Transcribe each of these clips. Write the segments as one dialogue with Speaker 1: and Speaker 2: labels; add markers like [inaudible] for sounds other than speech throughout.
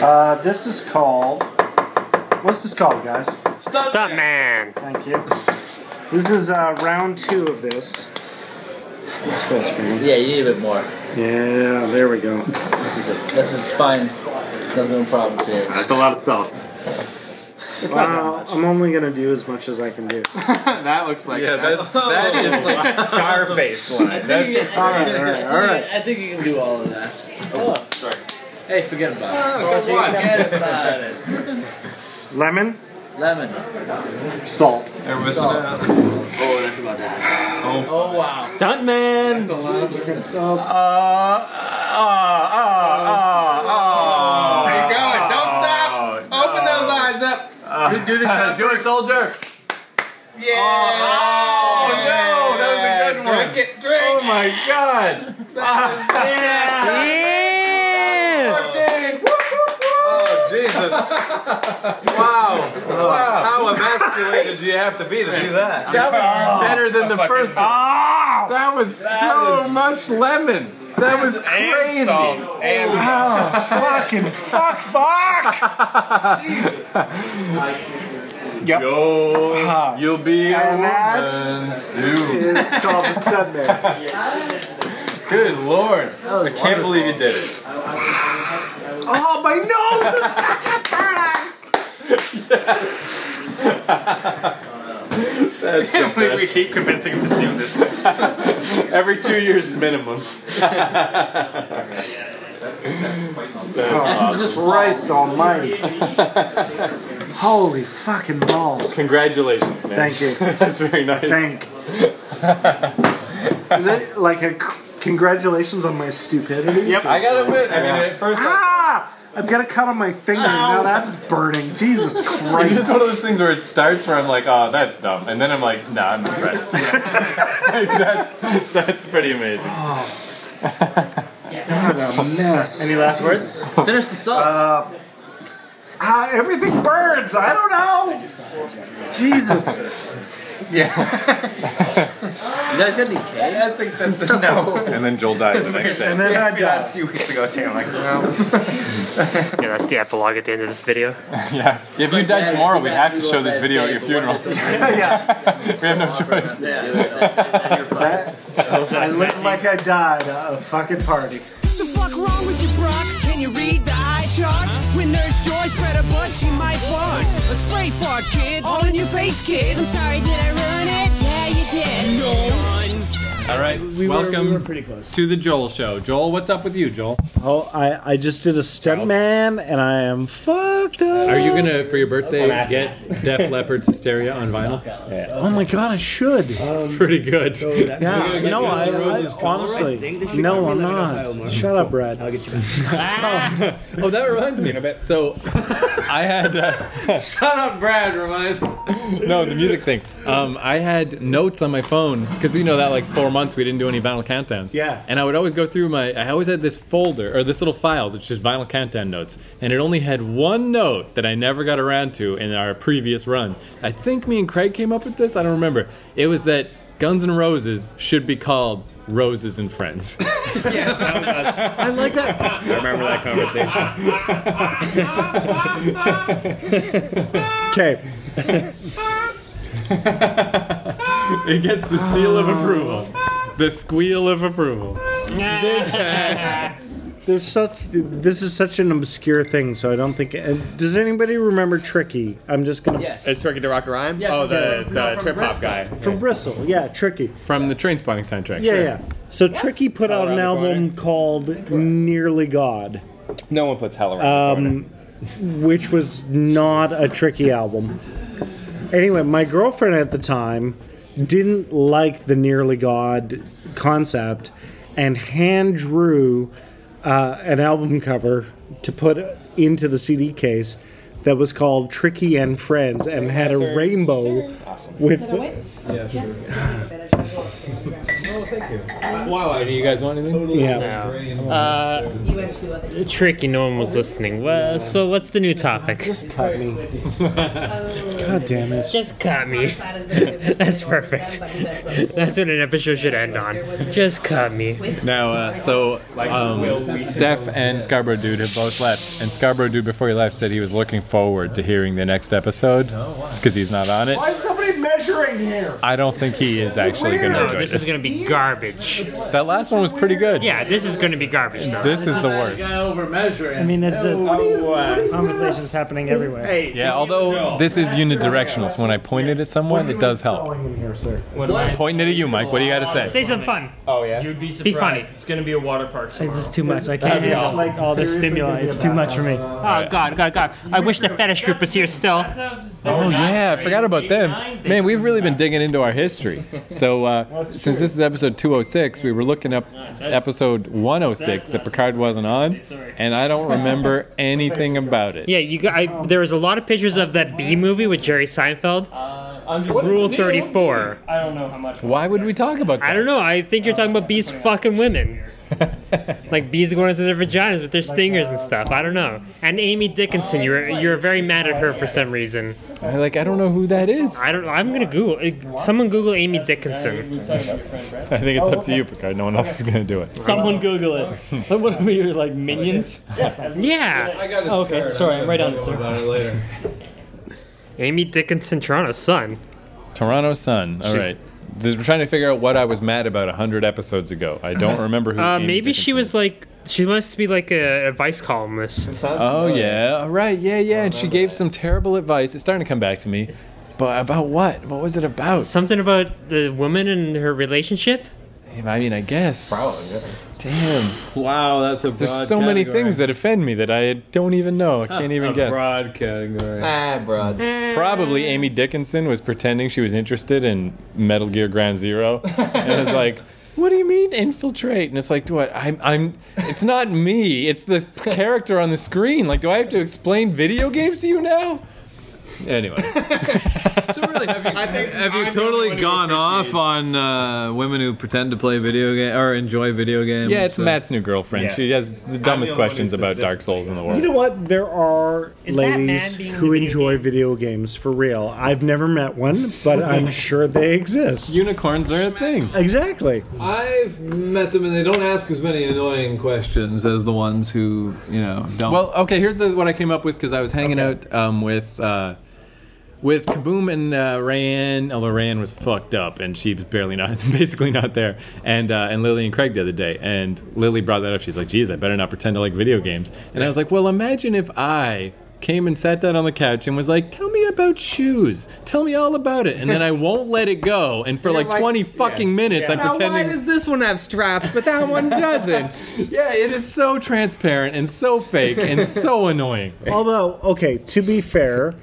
Speaker 1: Uh, this is called. What's this called, guys?
Speaker 2: Stuntman.
Speaker 3: man.
Speaker 1: Thank you. This is uh, round two of this. What's this, man?
Speaker 2: Yeah, you need a bit more.
Speaker 1: Yeah, there we go.
Speaker 2: This is it. This is fine. There's no problems here. [laughs]
Speaker 3: That's a lot of salts.
Speaker 2: It's
Speaker 1: Wow, I'm only gonna do as much as I can do.
Speaker 3: that looks like
Speaker 4: Yeah, that's that
Speaker 2: Oh.
Speaker 4: is like Scarface line. That's
Speaker 2: That's
Speaker 1: All right, all right, all right.
Speaker 2: I think you can do all of that. Oh,
Speaker 4: sorry.
Speaker 2: hey, forget about it.
Speaker 4: Everybody
Speaker 2: Forget about it.
Speaker 1: Lemon,
Speaker 2: Lemon.
Speaker 1: salt.
Speaker 4: missing out.
Speaker 5: Oh, that's about that.
Speaker 4: Oh,
Speaker 2: Oh wow.
Speaker 3: Stuntman.
Speaker 1: Salt.
Speaker 3: Uh, uh,
Speaker 4: uh.
Speaker 3: uh, uh, uh.
Speaker 4: Keep going. Don't
Speaker 3: stop.
Speaker 4: Open those eyes up. do
Speaker 3: [laughs]
Speaker 4: the shot. Do it, soldier.
Speaker 2: Yeah.
Speaker 4: Oh, no, that was a good one.
Speaker 2: Drink it. Drink.
Speaker 4: Oh my
Speaker 2: [laughs]
Speaker 4: god.
Speaker 3: Yeah.
Speaker 4: Oh Jesus. Wow. How emasculated do you have to be to do that? That was better than the first one. That was so much lemon. That was crazy.
Speaker 1: Fucking fuck,
Speaker 2: [laughs]
Speaker 1: fuck!
Speaker 4: [laughs]
Speaker 2: Uh-huh.
Speaker 4: Yo, you'll be a
Speaker 1: And that
Speaker 6: Uh,
Speaker 4: woman soon.
Speaker 1: It's called the Studman.
Speaker 4: Good lord. I can't believe you did it.
Speaker 1: Oh, my nose! is
Speaker 4: That's the
Speaker 3: we
Speaker 4: best.
Speaker 3: keep convincing him to do this.
Speaker 4: Every two years minimum.
Speaker 1: Jesus Christ Almighty! Holy fucking balls!
Speaker 4: Congratulations, man.
Speaker 1: Thank
Speaker 4: [laughs]
Speaker 1: you.
Speaker 4: That's very nice.
Speaker 1: Thank. Is it like a c- congratulations on my stupidity?
Speaker 3: Yep.
Speaker 4: I gotta admit, I mean, at first, I,
Speaker 1: Ah! I've got a cut on my finger. Now that's burning. [laughs] Jesus
Speaker 4: it's just
Speaker 1: Christ.
Speaker 4: one of those things where it starts where I'm like, oh, that's dumb, and then I'm like, nah, I'm impressed. [laughs] Like, that's that's pretty amazing.
Speaker 1: what a mess. Any last words?
Speaker 2: Oh. Finish the salt.
Speaker 1: Ah, everything burns. I don't know. Jesus.
Speaker 2: you guys got any cake?
Speaker 7: I think that's
Speaker 2: [laughs]
Speaker 7: no.
Speaker 4: And then Joel dies the next day.
Speaker 1: And then I
Speaker 7: Asked me that a
Speaker 1: die.
Speaker 7: few weeks ago too. I'm like, no.
Speaker 3: Yeah, that's the epilogue at the end of this video.
Speaker 4: Yeah. If you die
Speaker 2: Yeah,
Speaker 4: tomorrow,
Speaker 2: you
Speaker 4: we
Speaker 2: guys
Speaker 4: have to
Speaker 2: do
Speaker 4: show
Speaker 2: all
Speaker 4: this
Speaker 2: that
Speaker 4: video at
Speaker 2: cake,
Speaker 4: your funeral.
Speaker 2: but what is it?
Speaker 1: [laughs] yeah.
Speaker 4: [laughs] We have no choice.
Speaker 2: [laughs] Yeah, do it. You're fine.
Speaker 1: That, I lived like I died at a fucking party.
Speaker 8: The fuck wrong with you, Brock? Can you read the eye chart? When Nurse Joy spread a butt, she might fart. A spray fart, kid. All in your face, kid. I'm sorry, did I ruin it? Yeah, you did. No.
Speaker 4: All right, welcome to the Joel Show. Joel, what's up with you, Joel?
Speaker 1: Oh, I, I just did a stuntman and I am fucked up.
Speaker 6: Are you gonna for your birthday get Def Leppard's Hysteria on vinyl?
Speaker 1: Oh my god, I should.
Speaker 6: It's pretty good.
Speaker 1: yeah, no, I, I honestly, no, I'm not. Shut up, Brad.
Speaker 6: Oh, that reminds me. So, I had. Uh, [laughs] Shut up, Brad. Reminds. [laughs] no, the music thing. Um, I had notes on my phone because you know that like four months we didn't do any vinyl countdowns.
Speaker 1: Yeah.
Speaker 6: And I would always go through my. I always had this folder or this little file that's just vinyl countdown notes, and it only had one note that I never got around to in our previous run. I think me and Craig came up with this. I don't remember. It was that Guns N' Roses should be called Roses and Friends.
Speaker 1: I like that.
Speaker 6: [laughs] I remember that conversation.
Speaker 1: Okay,
Speaker 6: It gets the seal of approval. The squeal of approval.
Speaker 1: there's such. This is such an obscure thing, so I don't think. uh, Does anybody remember Tricky? I'm just gonna.
Speaker 2: Yes.
Speaker 6: It's Turkey to Rock a Rhyme?
Speaker 2: Yeah, from-
Speaker 6: oh,
Speaker 2: no,
Speaker 6: the, the
Speaker 2: from
Speaker 6: trip hop
Speaker 2: Bristol.
Speaker 6: guy.
Speaker 1: From Bristol, yeah, Tricky.
Speaker 6: From the train spotting soundtrack.
Speaker 1: Yeah,
Speaker 6: sure.
Speaker 1: yeah. So Tricky put out an
Speaker 6: Colorado
Speaker 1: album called Nearly God,
Speaker 6: No one puts hell around. the corner.
Speaker 1: which was not a Tricky album. Anyway, my girlfriend at the time didn't like the Nearly God concept and hand drew uh, an album cover to put into the CD case that was called Tricky and Friends and had a rainbow with.
Speaker 6: Wow, do you guys want anything?
Speaker 9: Oh,
Speaker 10: Yeah.
Speaker 1: No.
Speaker 3: Uh,
Speaker 11: You went to other.
Speaker 3: tricky. No one was listening. Well, so what's the new topic?
Speaker 10: Just cut me.
Speaker 11: Oh,
Speaker 10: God damn it.
Speaker 3: Just
Speaker 9: [laughs]
Speaker 3: cut me.
Speaker 11: that is the-
Speaker 3: That's perfect. That's what an episode should end on. Just cut me.
Speaker 6: Now, uh, so um, Steph and Scarborough Dude have both left, and Scarborough Dude before he left said he was looking forward to hearing the next episode because he's not on it.
Speaker 10: Why is somebody measuring here?
Speaker 6: I don't think he is actually going to
Speaker 3: No,
Speaker 6: enjoy
Speaker 3: this is
Speaker 6: this.
Speaker 3: gonna be garbage.
Speaker 6: That last one was pretty good.
Speaker 3: Yeah, this is gonna be garbage though.
Speaker 6: This is the worst.
Speaker 9: I mean, it's just
Speaker 10: Oh, uh,
Speaker 9: conversations happening everywhere.
Speaker 6: Yeah, although this is unidirectional, so when I point it at someone, it does help.
Speaker 10: going in here, sir.
Speaker 6: I'm pointing it at you, Mike. What do you got to
Speaker 3: Say
Speaker 6: say?
Speaker 3: something fun.
Speaker 6: Oh, yeah?
Speaker 9: You'd be surprised.
Speaker 3: funny.
Speaker 9: It's gonna be a water park tomorrow. It's just too much. I can't handle like all the stimuli. It's too much for me.
Speaker 3: Oh God, God, God! I wish the fetish group was here still.
Speaker 6: Oh, yeah, I forgot about them. Man, we've really been digging into our history. So, uh, since this is episode 206, we were looking up episode 106 that Picard wasn't on, and I don't remember anything about it.
Speaker 3: Yeah, you. got- I, there was a lot of pictures of that B movie with Jerry Seinfeld.
Speaker 6: Uh,
Speaker 3: Rule thirty four.
Speaker 9: I don't know how much.
Speaker 6: Why would we talk about
Speaker 3: I
Speaker 6: that?
Speaker 3: don't know. I think you're talking about
Speaker 6: Oh,
Speaker 3: bees fucking women. like bees going into their vaginas with their stingers and stuff. I don't know. And Amy Dickinson, you were you were very mad at her for some reason.
Speaker 6: [laughs] I, like, I don't know who that is.
Speaker 3: I don't. I'm gonna Google. eh, Someone Google Amy Dickinson.
Speaker 6: I think it's up to you, Picard. No one else is going to do it.
Speaker 9: Someone Google it. [laughs] what are we, your, like minions?
Speaker 3: Yeah,
Speaker 12: I got his
Speaker 9: Oh, okay,
Speaker 12: card.
Speaker 9: sorry,
Speaker 12: I'm
Speaker 9: I'm right
Speaker 12: gonna
Speaker 9: on it,
Speaker 12: know
Speaker 9: sir.
Speaker 12: About it later.
Speaker 3: Amy Dickinson, Toronto Sun.
Speaker 6: Toronto Sun. All right. This- We're trying to figure out what I was mad about 100 episodes ago. I don't remember who.
Speaker 3: Uh,
Speaker 6: Amy
Speaker 3: maybe she
Speaker 6: Dickinson
Speaker 3: was like. She must be like a, a vice columnist.
Speaker 12: Sounds
Speaker 6: Oh,
Speaker 12: familiar.
Speaker 6: yeah. All right. Yeah, yeah. And she gave some terrible advice. It's starting to come back to me. But about what? What was it about?
Speaker 3: Something about the woman and her relationship.
Speaker 6: I mean, I guess.
Speaker 12: Probably. Yeah.
Speaker 6: Damn.
Speaker 2: Wow, that's a
Speaker 6: There's so many things that offend me that I don't even know.
Speaker 2: [laughs]
Speaker 6: I can't even guess.
Speaker 2: broad category.
Speaker 12: Ah, broad.
Speaker 6: Probably Amy Dickinson was pretending she was interested in Metal Gear Ground Zero, [laughs] and it's like, "What do you mean infiltrate?" And it's like, "What? I'm, I'm. It's not me. It's the character on the screen. Like, do I have to explain video games to you now?" Anyway,
Speaker 2: So really, [laughs] have you, have you totally gone off on uh, women who pretend to play video game or enjoy video games?
Speaker 6: yeah, it's
Speaker 2: Uh,
Speaker 6: Matt's new girlfriend. She has the dumbest questions about Dark Souls in the world.
Speaker 10: You know what? There are
Speaker 3: Is that
Speaker 10: ladies
Speaker 3: man being
Speaker 10: who
Speaker 3: in a video
Speaker 10: enjoy
Speaker 3: game?
Speaker 10: video games for real. I've never met one,
Speaker 9: [laughs]
Speaker 10: but I'm sure they exist.
Speaker 6: Unicorns are a thing.
Speaker 10: exactly.
Speaker 2: I've met them, and they don't ask as many annoying questions as the ones who you know don't.
Speaker 6: Well, okay. Here's the, what I came up with because I was hanging out um, with uh, with Kaboom and uh, Rayanne. Although Rayanne was fucked up and she was barely not, [laughs] basically not there. And uh, and Lily and Craig the other day, and Lily brought that up. She's like, "Geez, I better not pretend to like video games." And I was like, "Well, imagine if I." Came and sat down on the couch and was like, "Tell me about shoes. Tell me all about it." And then I won't let it go. And for like,
Speaker 12: like-
Speaker 6: 20 fucking minutes, I'm pretending.
Speaker 12: this one have straps, but that one doesn't?
Speaker 6: yeah, it is so transparent and so fake
Speaker 10: [laughs]
Speaker 6: and so annoying.
Speaker 10: Although, okay, to be fair,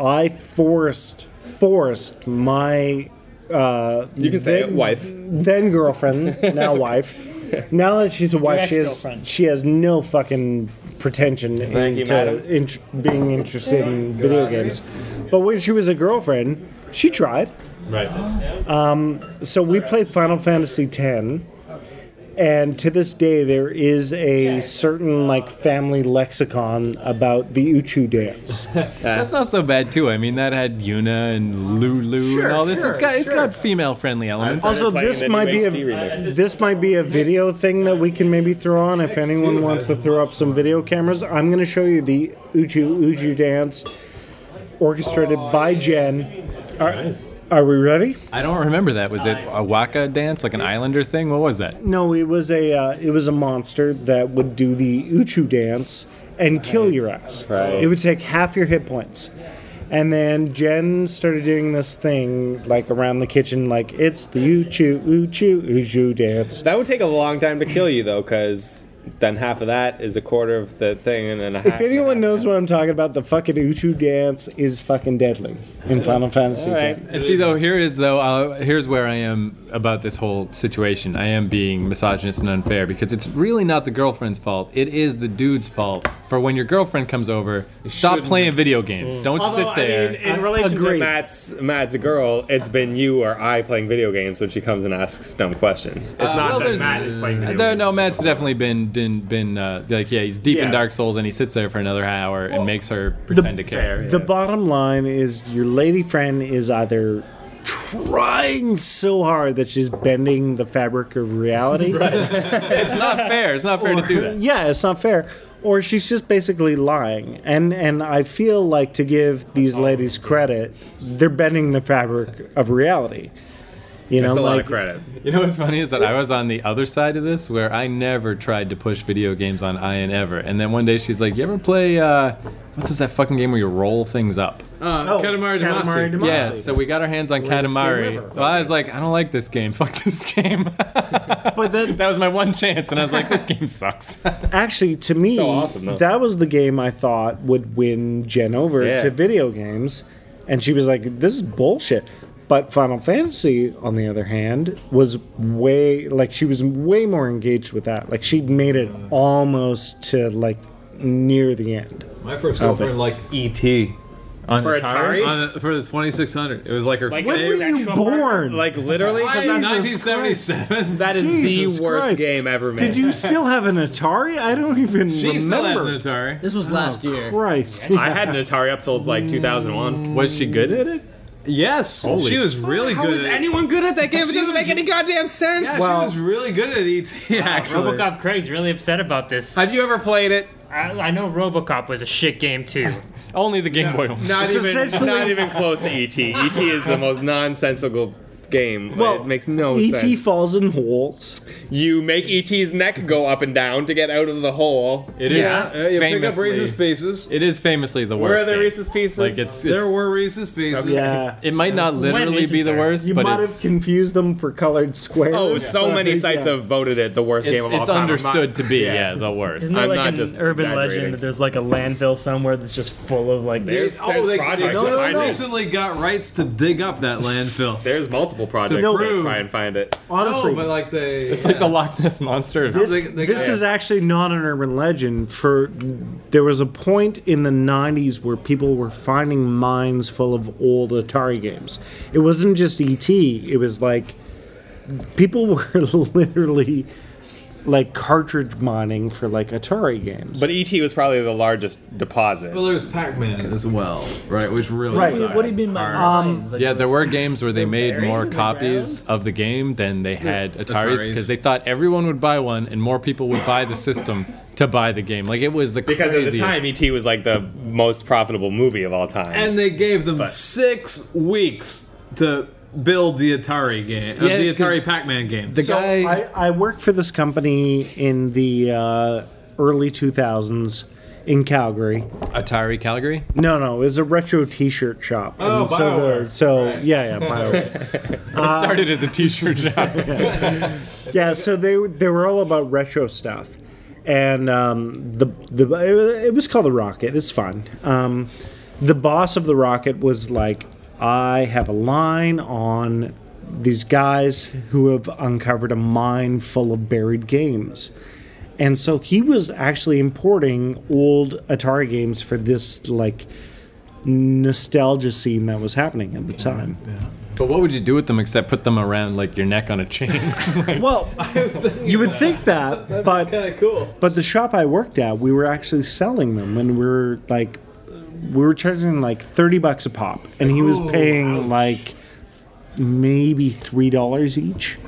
Speaker 10: I forced forced my uh, you
Speaker 2: can say it, wife.
Speaker 10: then girlfriend, now [laughs] wife. Now that she's a wife, she has
Speaker 9: ex-girlfriend.
Speaker 10: she has no fucking pretension into in, being interested in video games. But when she was a girlfriend, she tried. Um,
Speaker 6: Right.
Speaker 10: So we played Final Fantasy X, and to this day there is a certain like family lexicon about the Uchu dance.
Speaker 6: That's not so bad too. I mean, that had Yuna and Lulu
Speaker 10: Sure,
Speaker 6: and all this.
Speaker 10: sure,
Speaker 6: it's got it's
Speaker 10: sure.
Speaker 6: got female friendly elements.
Speaker 10: Also, this might be a this might be a video thing that we can maybe throw on if anyone wants to throw up some video cameras. I'm going to show you the Uchu Uchu dance orchestrated by Jen. Are, are we ready?
Speaker 6: I don't remember that. Was it a waka dance, like an islander thing? What was that?
Speaker 10: No, it was a uh, it was a monster that would do the Uchu dance and kill your ass. It would take half your hit points. And then Jen started doing this thing like around the kitchen, like it's the Uchu Uchu Uchu dance.
Speaker 13: That would take a long time to kill you, though, because then half of that is a quarter of the thing, and then a half.
Speaker 10: If anyone knows what I'm talking about, the fucking Uchu dance is fucking deadly in Final Fantasy. X.
Speaker 6: See, though, here is though. Uh, here's where I am about this whole situation. I am being misogynist and unfair because it's really not the girlfriend's fault. It is the dude's fault for when your girlfriend comes over. Stop
Speaker 13: shouldn't
Speaker 6: playing video games.
Speaker 10: Mm.
Speaker 6: Don't sit there.
Speaker 13: in relation to Matt's Matt's a girl, it's been you or I playing video games when she comes and asks dumb questions. It's
Speaker 6: Uh,
Speaker 13: not
Speaker 6: well,
Speaker 13: that
Speaker 6: there's-
Speaker 13: Matt is playing video
Speaker 6: there- No, Matt's definitely been been, been uh, like yeah, he's deep
Speaker 10: Yeah.
Speaker 6: in Dark Souls and he sits there for another hour and makes her pretend to care.
Speaker 10: The bottom line is your lady friend is either trying so hard that she's bending the fabric of reality.
Speaker 6: it's not fair. It's not fair to do that.
Speaker 10: Yeah, it's not fair. Or she's just basically lying. And and I feel like to give these ladies credit, they're bending the fabric of reality. You know, like
Speaker 6: [laughs] You know what's funny is that I was on the other side of this where I never tried to push video games on Ian ever. And then one day she's like, "You ever play uh, what is that fucking game where you roll things up?"
Speaker 14: Uh, Katamari Damacy.
Speaker 6: Yeah, so we got our hands on
Speaker 14: Worst game
Speaker 6: Katamari.
Speaker 14: ever.
Speaker 6: So I was like, I don't like this game. [laughs] Fuck this game. but [laughs]
Speaker 10: that,
Speaker 6: was my one chance, and I was like, this game sucks.
Speaker 10: Actually, to me,
Speaker 6: So awesome, though.
Speaker 10: that was the game I thought would win Jen over
Speaker 6: Yeah.
Speaker 10: to video games. And she was like, this is bullshit. But Final Fantasy, on the other hand, was way, like, she was way more engaged with that. Like, she made it
Speaker 13: Mm.
Speaker 10: almost to, like, near the end.
Speaker 6: My first
Speaker 10: of it.
Speaker 6: girlfriend liked E ET. On
Speaker 10: For Atari?
Speaker 6: On the, for the 2600. It was like her.
Speaker 10: Like When were you born?
Speaker 6: Like
Speaker 13: literally?
Speaker 10: Jesus
Speaker 6: 1977.
Speaker 13: That is
Speaker 10: Jesus
Speaker 13: the worst
Speaker 10: Christ.
Speaker 13: game ever made.
Speaker 10: Did you still have an Atari? I don't even remember.
Speaker 6: Atari.
Speaker 13: This
Speaker 2: Oh,
Speaker 13: was last year.
Speaker 10: Christ.
Speaker 13: [laughs] I had an Atari up till like 2001.
Speaker 6: Was she good at it?
Speaker 13: Yes.
Speaker 6: Holy
Speaker 13: she was
Speaker 6: really
Speaker 13: good at it.
Speaker 15: anyone good at that game? It
Speaker 13: She
Speaker 15: doesn't
Speaker 13: was-
Speaker 15: make any goddamn sense.
Speaker 13: Yeah, she Well- was
Speaker 6: really good at E ET. [laughs]
Speaker 13: actually.
Speaker 3: RoboCop Craig's really upset about this.
Speaker 15: Have you ever played it?
Speaker 3: I, I know RoboCop was a shit game
Speaker 16: [laughs]
Speaker 3: too.
Speaker 6: Only the Game Boy one.
Speaker 13: Not even, not even close to E ET. ET is the most nonsensical game. Well, it makes no
Speaker 10: E.T.
Speaker 13: sense.
Speaker 10: E falls in holes.
Speaker 13: You make ET's neck go up and down to get out of the hole.
Speaker 6: It is famously,
Speaker 13: pieces.
Speaker 6: It is famously the worst.
Speaker 13: Where are the
Speaker 6: game.
Speaker 13: Reese's Pieces?
Speaker 6: Like it's, it's
Speaker 13: There
Speaker 6: were Reese's Pieces.
Speaker 10: Yeah.
Speaker 6: It might not
Speaker 10: When
Speaker 6: literally
Speaker 10: isn't
Speaker 6: be the
Speaker 10: there?
Speaker 6: worst,
Speaker 10: You
Speaker 6: but
Speaker 10: might
Speaker 6: it's
Speaker 10: have confused them for colored squares.
Speaker 13: Oh, so
Speaker 10: but-
Speaker 13: many sites
Speaker 10: yeah.
Speaker 13: have voted it the worst
Speaker 6: It's-
Speaker 13: game of all
Speaker 6: it's
Speaker 13: time. I'm
Speaker 6: understood
Speaker 13: not-
Speaker 6: to be, yeah, the worst.
Speaker 16: Isn't there
Speaker 13: I'm
Speaker 16: like
Speaker 13: not
Speaker 16: an
Speaker 13: just
Speaker 16: urban legend
Speaker 13: exaggerating.
Speaker 16: that there's like a landfill somewhere that's just full of like
Speaker 13: There's-
Speaker 16: Oh,
Speaker 13: there's
Speaker 16: they-
Speaker 13: projects
Speaker 16: they- no,
Speaker 13: that
Speaker 16: no,
Speaker 13: find
Speaker 16: no.
Speaker 13: it.
Speaker 6: recently got rights to dig up that landfill.
Speaker 13: There's multiple projects
Speaker 10: No,
Speaker 13: that
Speaker 10: prove.
Speaker 13: try and find it.
Speaker 10: Honestly.
Speaker 6: like they, it's like the Loch Ness monster.
Speaker 10: This, this is actually not an urban legend. For there was a point in the '90s where people were finding mines full of old Atari games. It wasn't just ET. It was like people [laughs] were literally like cartridge mining for like Atari games.
Speaker 13: But ET was probably the largest deposit.
Speaker 6: Well, there's Pac-Man as well, right? Which really
Speaker 10: Right.
Speaker 6: sucked.
Speaker 10: What do you mean by
Speaker 6: Hard.
Speaker 10: mines? Like,
Speaker 6: yeah, there were games where they made
Speaker 10: buried
Speaker 6: more
Speaker 10: in the
Speaker 6: copies of the game than they had Ataris
Speaker 13: Ataris.
Speaker 6: because they thought everyone would buy one and more people would buy the system to buy the game. Like it was the
Speaker 13: because at
Speaker 6: craziest.
Speaker 13: the time, ET was like the most profitable movie of all time.
Speaker 6: And
Speaker 13: they
Speaker 6: gave them
Speaker 13: six weeks
Speaker 6: to build the Atari game,
Speaker 10: uh, the Atari
Speaker 6: Pac-Man game.
Speaker 10: So I, I worked for this company in the uh, early 2000s in Calgary.
Speaker 6: Atari Calgary.
Speaker 10: No, no, it was a retro T-shirt shop.
Speaker 6: Oh,
Speaker 10: And so,
Speaker 6: Bioware.
Speaker 10: the- so yeah, yeah, Bioware.
Speaker 6: it started as a T-shirt shop.
Speaker 10: [laughs] yeah, so they they were all about retro stuff, and um, the the it was called the Rocket. It's fun. Um, the boss of the Rocket was like, I have a line on these guys who have uncovered a mine full of buried games. And so he was actually importing old Atari games for this like nostalgia scene that was happening at the time.
Speaker 6: But what would you do with them except put them around like your neck on a chain? [laughs]
Speaker 10: Well, you would think that, but kind
Speaker 6: of cool.
Speaker 10: But the shop I worked at, we were actually selling them, and we were like, we were charging like thirty bucks a pop, and he was
Speaker 6: Ooh,
Speaker 10: paying like maybe three dollars each.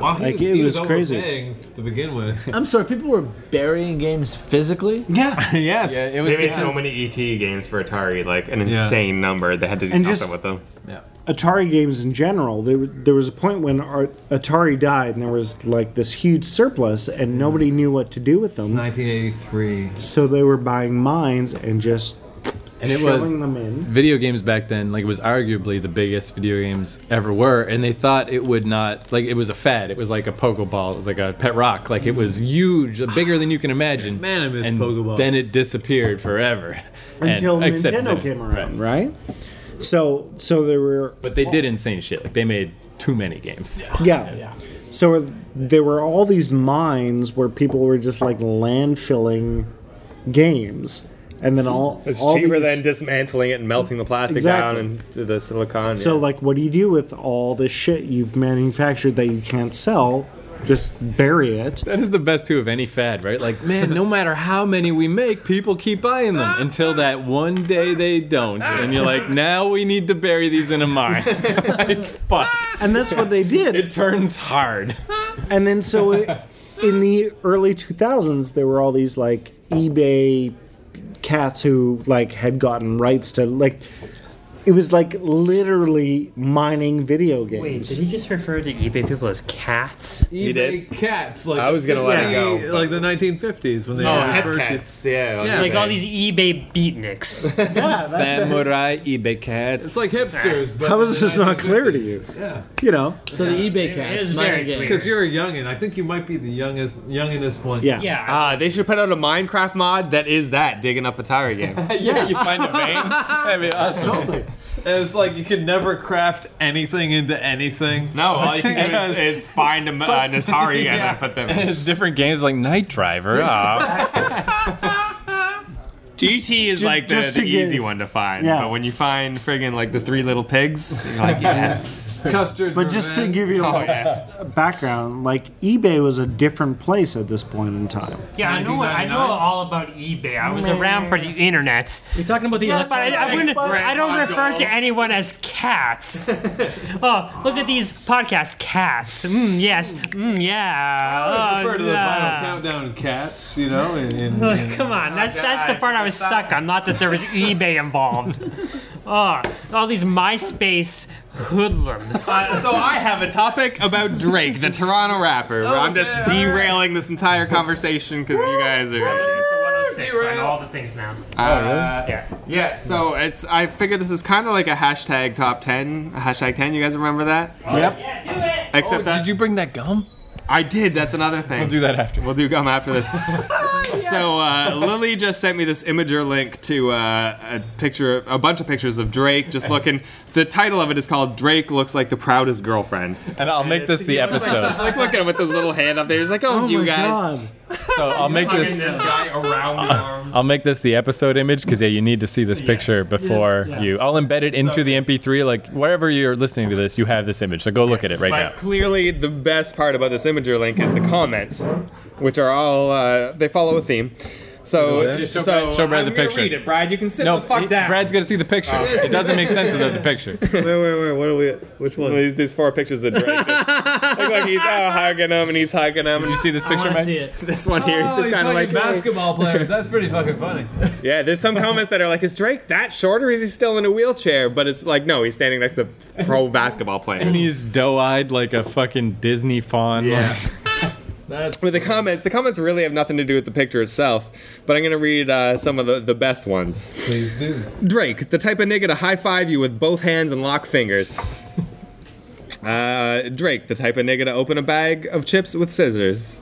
Speaker 6: Wow,
Speaker 10: Like, it was crazy.
Speaker 6: to begin with.
Speaker 2: I'm sorry, people were burying games [laughs] physically?
Speaker 10: [laughs] Yeah.
Speaker 6: yes.
Speaker 13: Yeah, it was they made so many ET games for Atari, like an
Speaker 10: Yeah.
Speaker 13: insane number. They had to do
Speaker 10: And
Speaker 13: something
Speaker 10: just-
Speaker 13: with them.
Speaker 6: Yeah.
Speaker 10: Atari games in general, there, were- there was a point when Ar- Atari died, and there was like this huge surplus, and nobody knew what to do with them.
Speaker 6: 1983.
Speaker 10: So they were buying mines and just
Speaker 6: And it
Speaker 10: shoving
Speaker 6: was
Speaker 10: them in.
Speaker 6: video games back then. Like it was arguably the biggest video games ever were, and they thought it would not. Like it was a fad. It was like a pokeball. It was like a pet rock. Like it was huge, bigger than you can imagine. [laughs] Man, I miss and
Speaker 10: Pokeballs.
Speaker 6: Then it disappeared forever. And-
Speaker 10: [laughs] until
Speaker 6: except
Speaker 10: Nintendo
Speaker 6: then-
Speaker 10: came around, right? So, so there were,
Speaker 6: But they did insane shit. Like they made too many games.
Speaker 10: Yeah. So there were all these mines where people were just like landfilling games, and then all
Speaker 13: It's
Speaker 10: all
Speaker 13: cheaper
Speaker 10: these-
Speaker 13: than dismantling it and melting the plastic
Speaker 10: Exactly.
Speaker 13: down into the silicon.
Speaker 10: So
Speaker 13: yeah.
Speaker 10: like, what do you do with all this shit you've manufactured that you can't sell? Just bury it.
Speaker 6: [laughs] That is the best too of any fad, right? Like, [laughs] man, no matter how many we make, people keep buying them until that one day they don't, and you're like, now we need to bury these in a mine. [laughs] like, fuck.
Speaker 10: And that's what they did.
Speaker 6: It turns hard.
Speaker 10: And then so [laughs] it, in the early 2000s, there were all these like eBay cats who like had gotten rights to like. It was like literally mining video games.
Speaker 3: Wait, did he just refer to eBay people as cats?
Speaker 13: Oh,
Speaker 10: He
Speaker 3: did.
Speaker 6: Cats.
Speaker 3: like, I was gonna let it go,
Speaker 6: the-
Speaker 3: but-
Speaker 6: Like the 1950s when they
Speaker 3: Oh,
Speaker 6: were
Speaker 3: head
Speaker 6: referred to-
Speaker 3: cats, like all these eBay beatniks.
Speaker 6: Samurai eBay cats. It's like hipsters, but
Speaker 10: How is this not clear to you?
Speaker 17: Yeah.
Speaker 10: You know.
Speaker 2: So the eBay cat.
Speaker 17: It's very good. Because you're a youngin. I think you might be the youngest, youngest one.
Speaker 13: Ah, they should put out a Minecraft mod that is that digging up a tire game.
Speaker 6: [laughs]
Speaker 17: Yeah,
Speaker 6: you find a vein. I mean,
Speaker 17: Totally. It's like you can never craft anything into anything.
Speaker 13: [laughs] No, all you can do is- is find a m- uh, Nishari and
Speaker 17: Yeah.
Speaker 13: then put them.
Speaker 6: [laughs] [laughs] it's different games like Night Driver. ah.
Speaker 13: GT is
Speaker 6: ju-
Speaker 13: like the,
Speaker 6: just to
Speaker 13: the
Speaker 6: get-
Speaker 13: easy one to find,
Speaker 6: Yeah.
Speaker 13: but when you find friggin' like the three little pigs, you're
Speaker 6: [laughs]
Speaker 13: like, yes.
Speaker 17: Custard.
Speaker 10: But just to give you a
Speaker 13: Oh,
Speaker 10: little background, like eBay was a different place at this point in time.
Speaker 3: Yeah, I know. I know all about eBay. I was around for the internet.
Speaker 16: You're talking about the
Speaker 3: yeah, but I, I, wouldn't,
Speaker 16: electronic-
Speaker 3: I don't refer to anyone as
Speaker 16: [laughs]
Speaker 3: cats. oh, look at these podcast cats. Mm, yes. Mm,
Speaker 17: I
Speaker 3: yeah.
Speaker 17: always
Speaker 3: Oh,
Speaker 17: refer to the
Speaker 3: yeah. Oh,
Speaker 17: final countdown cats, you know. In, in,
Speaker 3: [laughs]
Speaker 17: in-
Speaker 3: Come on, that's that's the part I was stuck on. Not that
Speaker 17: [laughs]
Speaker 3: there was eBay involved. Oh, all these MySpace hoodlums. [laughs]
Speaker 13: Uh, so I have a topic about Drake, the Toronto rapper. where I'm just derailing this entire conversation because you guys are.
Speaker 3: oh Six on all the things now.
Speaker 6: Oh,
Speaker 13: Uh, Yeah. So it's. I figure this is kind of like a hashtag top ten, a hashtag ten. You guys remember that?
Speaker 6: Yep.
Speaker 13: Except that.
Speaker 6: Oh, Did you bring that gum?
Speaker 13: I did. That's another thing. We'll
Speaker 6: do that after.
Speaker 13: We'll do gum
Speaker 6: [laughs]
Speaker 13: after this. So uh, Lily just sent me this imager link to uh, a picture, a bunch of pictures of
Speaker 6: [laughs]
Speaker 13: Drake just looking. The title of it is called "Drake looks like the proudest girlfriend."
Speaker 6: And I'll make this the episode.
Speaker 13: [laughs] like look at him with his little hand up there. He's like, "Oh,
Speaker 6: Oh
Speaker 13: you
Speaker 6: my
Speaker 13: guys."
Speaker 6: God. [laughs] Uh, So I'll make this.
Speaker 13: guy
Speaker 6: [laughs]
Speaker 13: around the arm.
Speaker 6: I'll make this the episode image because yeah, you need to see this picture before
Speaker 13: yeah.
Speaker 6: you. I'll embed it into the MP3. Like wherever you're listening to this, you have this image. So go look at it right
Speaker 13: but
Speaker 6: now.
Speaker 13: clearly, the best part about this imager link is the comments, which are all uh, they follow a theme. So,
Speaker 6: Oh, yeah? Just show
Speaker 13: so
Speaker 6: Brad- show Brad
Speaker 13: I'm
Speaker 6: the
Speaker 13: gonna
Speaker 6: picture.
Speaker 13: Read it, Brad. You can sit
Speaker 6: No,
Speaker 13: the fuck
Speaker 6: he-
Speaker 13: down.
Speaker 6: Brad's gonna see the picture. It doesn't make sense without the picture.
Speaker 13: wait, wait, wait. What are we? Which one? These, these four
Speaker 6: [laughs]
Speaker 13: pictures of Drake. just look like he's oh, hugging him and he's hugging him. Did you
Speaker 6: see this
Speaker 17: picture, wanna Mike? see it.
Speaker 13: This one here is
Speaker 17: Oh,
Speaker 13: just
Speaker 17: he's
Speaker 13: kind of
Speaker 17: hugging
Speaker 13: like
Speaker 17: basketball players. That's
Speaker 6: [laughs]
Speaker 17: pretty fucking funny.
Speaker 13: Yeah, there's some comments that are like, is Drake that short or is he still in a wheelchair? But it's like, no, he's standing next to the pro basketball player.
Speaker 6: And he's doe-eyed like a fucking Disney fawn. Yeah.
Speaker 13: with the comments, the comments really have nothing to do with the picture itself, but I'm gonna read uh, some of the, the best ones.
Speaker 17: Please do.
Speaker 13: Drake, the type of nigga to high five you with both hands and lock fingers. Uh, Drake, the type of nigga to open a bag of chips with scissors.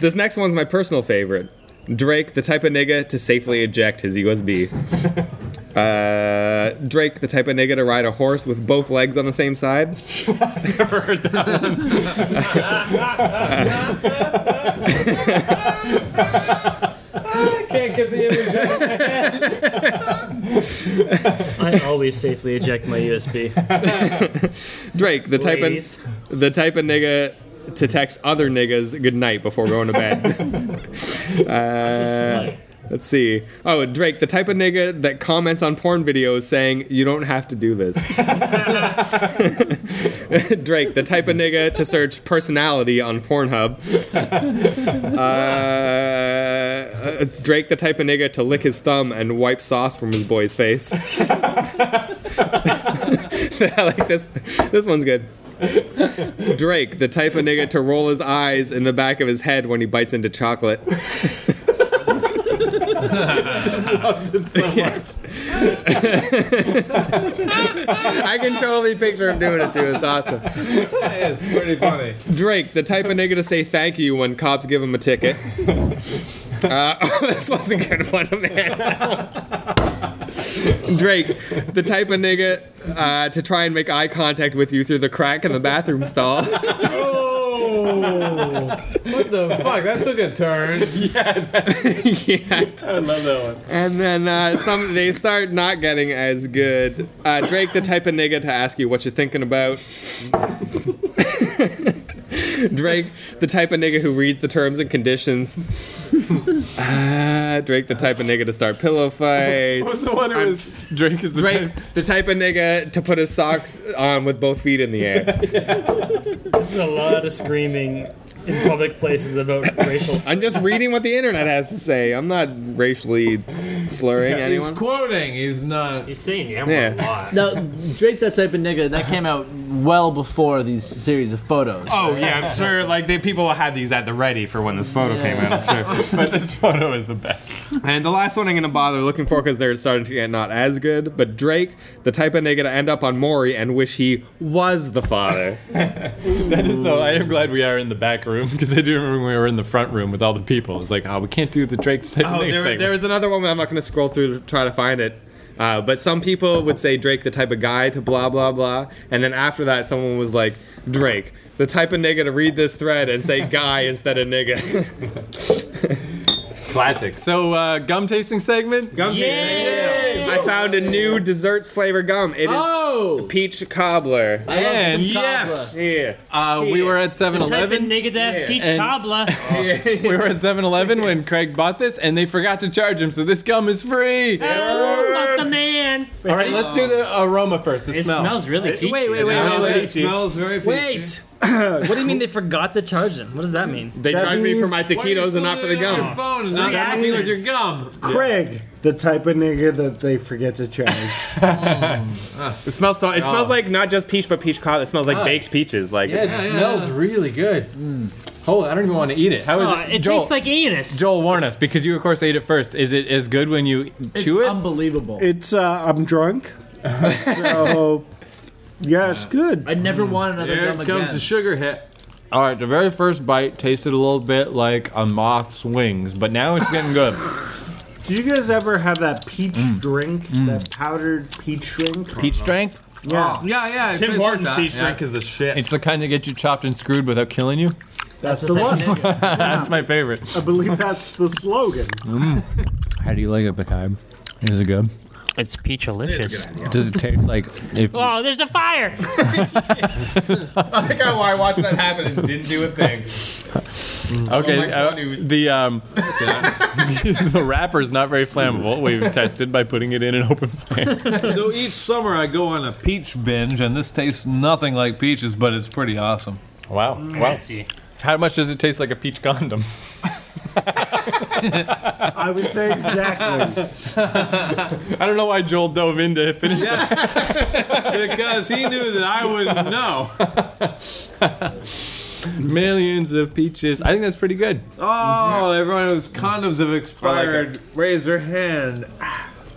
Speaker 13: This next one's my personal favorite. Drake, the type of nigga to safely eject his USB. Uh, Drake, the type of nigga to ride a horse with both legs on the same side.
Speaker 17: I can't get the image.
Speaker 18: I always safely eject my USB.
Speaker 13: Drake, the type
Speaker 18: Ladies.
Speaker 13: of the type of nigga to text other niggas good night before going to bed. uh, let's see. Oh, Drake, the type of nigga that comments on porn videos saying you don't have to do this.
Speaker 10: [laughs]
Speaker 13: [laughs] Drake, the type of nigga to search personality on Pornhub. Uh, uh, Drake, the type of nigga to lick his thumb and wipe sauce from his boy's face. [laughs] I like this. This one's good. Drake, the type of nigga to roll his eyes in the back of his head when he bites into chocolate.
Speaker 17: loves it so much.
Speaker 13: I can totally picture him doing it too. It's awesome.
Speaker 17: it's pretty funny.
Speaker 13: Drake, the type of nigga to say thank you when cops give him a [laughs] ticket. Uh, this wasn't good one, man. Drake, the type of nigga uh, to try and make eye contact with you through the crack in the bathroom stall.
Speaker 10: [laughs]
Speaker 1: Oh, what the fuck? That took a turn.
Speaker 13: yeah.
Speaker 1: I love that one.
Speaker 13: And then uh, some they start not getting as good. Uh, Drake, the type of nigga to ask you what you're thinking about. [laughs] Drake, the type of nigga who reads the terms and conditions. [laughs] Ah, Drake, the type of nigga to start pillow fights.
Speaker 1: What's the one it
Speaker 13: I'm-
Speaker 1: was?
Speaker 13: [laughs] Drake is the type. the type of nigga to put his socks on with both feet in the [laughs] air.
Speaker 19: This is a lot of screaming in public places about racial.
Speaker 13: I'm just reading what the internet has to say. I'm not racially slurring anyone.
Speaker 1: He's quoting. He's not.
Speaker 19: He's saying
Speaker 13: M word a Yeah.
Speaker 2: [laughs]
Speaker 13: lot.
Speaker 2: Now, Drake, that type of nigga, that came out well before these series of photos.
Speaker 13: Oh yeah, I'm sure. Like they, people had these at the ready for when this photo came out. I'm sure, but this photo is the best. And the last one I'm gonna bother looking for because they're starting to get not as good. But Drake, the type of nigga to end up on Maury and wish he was the father.
Speaker 6: That is though. I am glad we are in the back room because I do remember when we were in the front room with all the people. It's like, oh, we can't do the Drake's type
Speaker 13: [laughs] Oh,
Speaker 6: thing. It's
Speaker 13: there,
Speaker 6: like,
Speaker 13: there was another one. I'm not going to scroll through to try to find it. Uh, but some people would say Drake, the type of guy to blah blah blah, and then after that, someone was like Drake, the type of nigga to read this thread and say [laughs] guy instead of nigga. [laughs]
Speaker 6: Classic. So uh, gum tasting segment.
Speaker 13: Gum tasting. I found a new desserts flavor gum. It is peach cobbler.
Speaker 6: I love And- peach cobbler. yes.
Speaker 13: yeah.
Speaker 6: Uh, we were at 7-Eleven.
Speaker 3: Nigga that
Speaker 6: Yeah.
Speaker 3: peach
Speaker 6: And-
Speaker 3: cobbler.
Speaker 6: we were at 7-Eleven when Craig bought this, and they forgot to charge him, so this gum is free.
Speaker 3: Oh, fuck the man.
Speaker 6: All right, let's do the aroma first. The
Speaker 19: It
Speaker 6: smell.
Speaker 19: smells really
Speaker 6: Wait,
Speaker 19: peachy.
Speaker 6: Wait, wait, wait.
Speaker 19: Smells
Speaker 6: wait,
Speaker 19: really
Speaker 6: wait.
Speaker 19: peachy.
Speaker 1: very
Speaker 19: Wait. what do you
Speaker 3: [laughs]
Speaker 19: mean they forgot to charge them? What does that mean?
Speaker 13: They charged me for my taquitos and not for the
Speaker 1: Your
Speaker 13: gum.
Speaker 1: phone and not
Speaker 19: Yeah,
Speaker 1: having
Speaker 19: it's-
Speaker 1: with your gum.
Speaker 10: Craig, the type of nigger that they forget to charge.
Speaker 13: It smells so. It smells
Speaker 10: Oh.
Speaker 13: like not just peach, but peach cobbler. It smells like
Speaker 10: Oh.
Speaker 13: baked peaches. Like
Speaker 6: Yeah, it smells really good. Hold on, Mm. I don't even want to eat it. How is
Speaker 3: Oh,
Speaker 6: it?
Speaker 3: it
Speaker 6: Joel,
Speaker 3: tastes like anus.
Speaker 6: Joel, warn us because you, of course, ate it first. Is it as good when you chew it?
Speaker 2: Unbelievable.
Speaker 10: [laughs] It's uh, I'm [laughs] drunk, so yeah, it's good.
Speaker 2: I never want another
Speaker 6: Here
Speaker 2: gum
Speaker 6: comes
Speaker 2: again.
Speaker 6: the sugar hit. All right, the very first bite tasted a little bit like a moth's wings, but now it's getting
Speaker 10: [laughs]
Speaker 6: good.
Speaker 10: Do you guys ever have that peach drink? That powdered peach drink?
Speaker 6: Peach drink?
Speaker 10: Yeah.
Speaker 1: Yeah, yeah.
Speaker 10: Tim Hortons peach drink
Speaker 1: is the
Speaker 6: [laughs]
Speaker 1: shit.
Speaker 6: It's the kind that get you chopped and screwed without killing you.
Speaker 10: That's, the one.
Speaker 6: [laughs] That's my favorite.
Speaker 10: I believe that's the slogan.
Speaker 6: Mm. How do you like it, Bakaib? Is it good?
Speaker 3: It's peach delicious.
Speaker 6: Does it taste like
Speaker 10: [laughs]
Speaker 6: if
Speaker 3: Oh, there's a fire.
Speaker 13: I think I watched that happen and didn't do a thing.
Speaker 6: Okay,
Speaker 13: Oh, my
Speaker 6: uh,
Speaker 13: God, it was-
Speaker 6: the um, [laughs] the wrapper's not very flammable. We've tested by putting it in an open flame.
Speaker 1: so each summer I go on a peach binge, and this tastes nothing like peaches, but it's pretty awesome.
Speaker 6: Wow!
Speaker 13: Mm.
Speaker 6: Wow! How much does it taste like a peach condom?
Speaker 10: [laughs] I would say exactly.
Speaker 6: [laughs] I don't know why Joel dove in to finish that.
Speaker 1: because he knew that I wouldn't know.
Speaker 6: Millions of peaches. I think that's pretty good.
Speaker 1: Oh, everyone whose condoms have expired, raise their hand.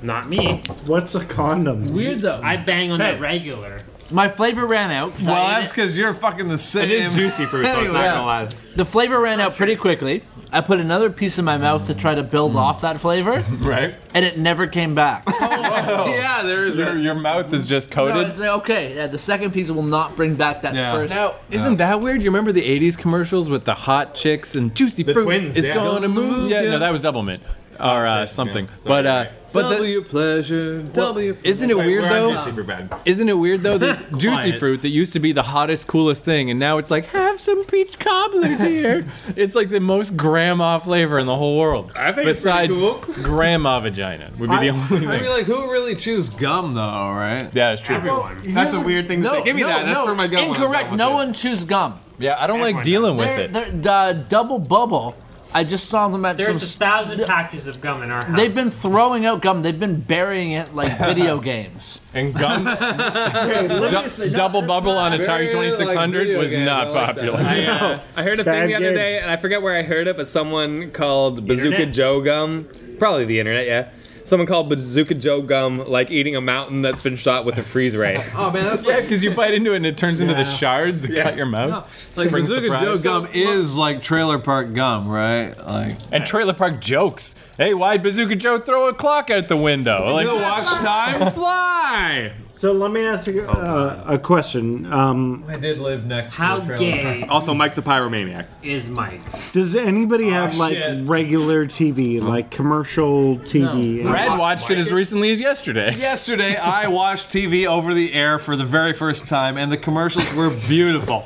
Speaker 3: Not me.
Speaker 10: What's a condom?
Speaker 2: Weird though.
Speaker 3: I bang on that regular.
Speaker 2: My flavor ran out. 'cause I
Speaker 1: Well,
Speaker 2: ate
Speaker 1: that's
Speaker 2: it.
Speaker 1: because you're fucking the same.
Speaker 2: Yeah.
Speaker 1: last.
Speaker 2: The flavor ran out pretty quickly. I put another piece in my mouth to try to build off that flavor.
Speaker 6: Right.
Speaker 2: And it never came back.
Speaker 1: yeah, there is.
Speaker 6: Your, your mouth is just
Speaker 2: No,
Speaker 6: coated.
Speaker 2: it's like, okay, yeah, the second piece will not bring back that first.
Speaker 6: Now, isn't that weird? You remember the '80s commercials with the hot chicks and juicy
Speaker 2: The
Speaker 6: fruit
Speaker 2: twins,
Speaker 6: is
Speaker 2: yeah.
Speaker 6: going to move? Yeah,
Speaker 2: Yeah.
Speaker 6: no, that was Doublemint or uh, something. But uh, but the,
Speaker 1: W pleasure. W.
Speaker 6: [laughs] isn't it
Speaker 1: Wait,
Speaker 6: weird
Speaker 1: we're on
Speaker 6: though?
Speaker 1: Juicy Fruit Bad.
Speaker 6: Isn't it weird though that
Speaker 1: [laughs]
Speaker 6: juicy
Speaker 1: Quiet.
Speaker 6: fruit that used to be the hottest, coolest thing, and now it's like have some peach cobbler,
Speaker 1: [laughs]
Speaker 6: dear. it's like the most grandma flavor in the whole world. I
Speaker 1: think it's pretty
Speaker 6: besides
Speaker 1: cool.
Speaker 6: grandma vagina would be the only
Speaker 1: I
Speaker 6: thing.
Speaker 1: mean, like, who really chews gum though? Right?
Speaker 6: Yeah, it's true.
Speaker 13: That's a weird thing to
Speaker 2: no,
Speaker 13: say. Give me
Speaker 2: no,
Speaker 13: that. That's
Speaker 2: no,
Speaker 13: for my gum. when I'm
Speaker 2: Incorrect.
Speaker 13: done with
Speaker 2: No
Speaker 13: it.
Speaker 2: one chews gum.
Speaker 6: Yeah, I don't like dealing with it.
Speaker 2: They're, they're, uh, double bubble. I just saw them at
Speaker 3: There's a
Speaker 2: some.
Speaker 3: thousand packages of gum in our house.
Speaker 2: They've been throwing out gum. They've been burying it
Speaker 13: [laughs]
Speaker 2: like video games. [laughs]
Speaker 6: And gum,
Speaker 2: seriously,
Speaker 6: Du-
Speaker 2: no,
Speaker 6: double
Speaker 2: that's
Speaker 6: bubble on
Speaker 2: not-
Speaker 6: Atari
Speaker 2: Very, like,
Speaker 6: 2600
Speaker 13: video
Speaker 6: was
Speaker 13: game,
Speaker 6: not
Speaker 13: I like
Speaker 1: [laughs]
Speaker 13: that.
Speaker 6: popular.
Speaker 13: I, uh, I heard a
Speaker 6: Bad
Speaker 13: thing the other
Speaker 6: game.
Speaker 13: day, and I forget where I heard it, but someone called Bazooka
Speaker 6: Internet.
Speaker 13: Joe gum, probably the internet, yeah. someone called Bazooka Joe Gum like eating a mountain that's been shot with a freeze ray.
Speaker 6: Oh man, that's yeah, because
Speaker 14: you bite into it
Speaker 6: and it
Speaker 14: turns into the
Speaker 13: shards that cut your mouth.
Speaker 17: Like
Speaker 13: Spring
Speaker 17: Bazooka
Speaker 13: surprise.
Speaker 17: Joe gum is like Trailer Park gum, right? Like
Speaker 14: and Trailer Park jokes. Hey, why'd Bazooka Joe throw a clock out the window?
Speaker 17: Like, you watch time
Speaker 14: fly.
Speaker 10: So let me ask
Speaker 2: Oh,
Speaker 10: you uh, a question. Um,
Speaker 17: I did live next
Speaker 3: How to a trailer gay- park.
Speaker 13: Also, Mike's a pyromaniac.
Speaker 3: Is Mike.
Speaker 10: does anybody
Speaker 2: Ah,
Speaker 10: have like
Speaker 3: shit.
Speaker 10: regular TV, like commercial TV?
Speaker 14: Brad watched it as recently as yesterday.
Speaker 17: Yesterday, I watched TV over the air for the very first time, and the commercials were beautiful.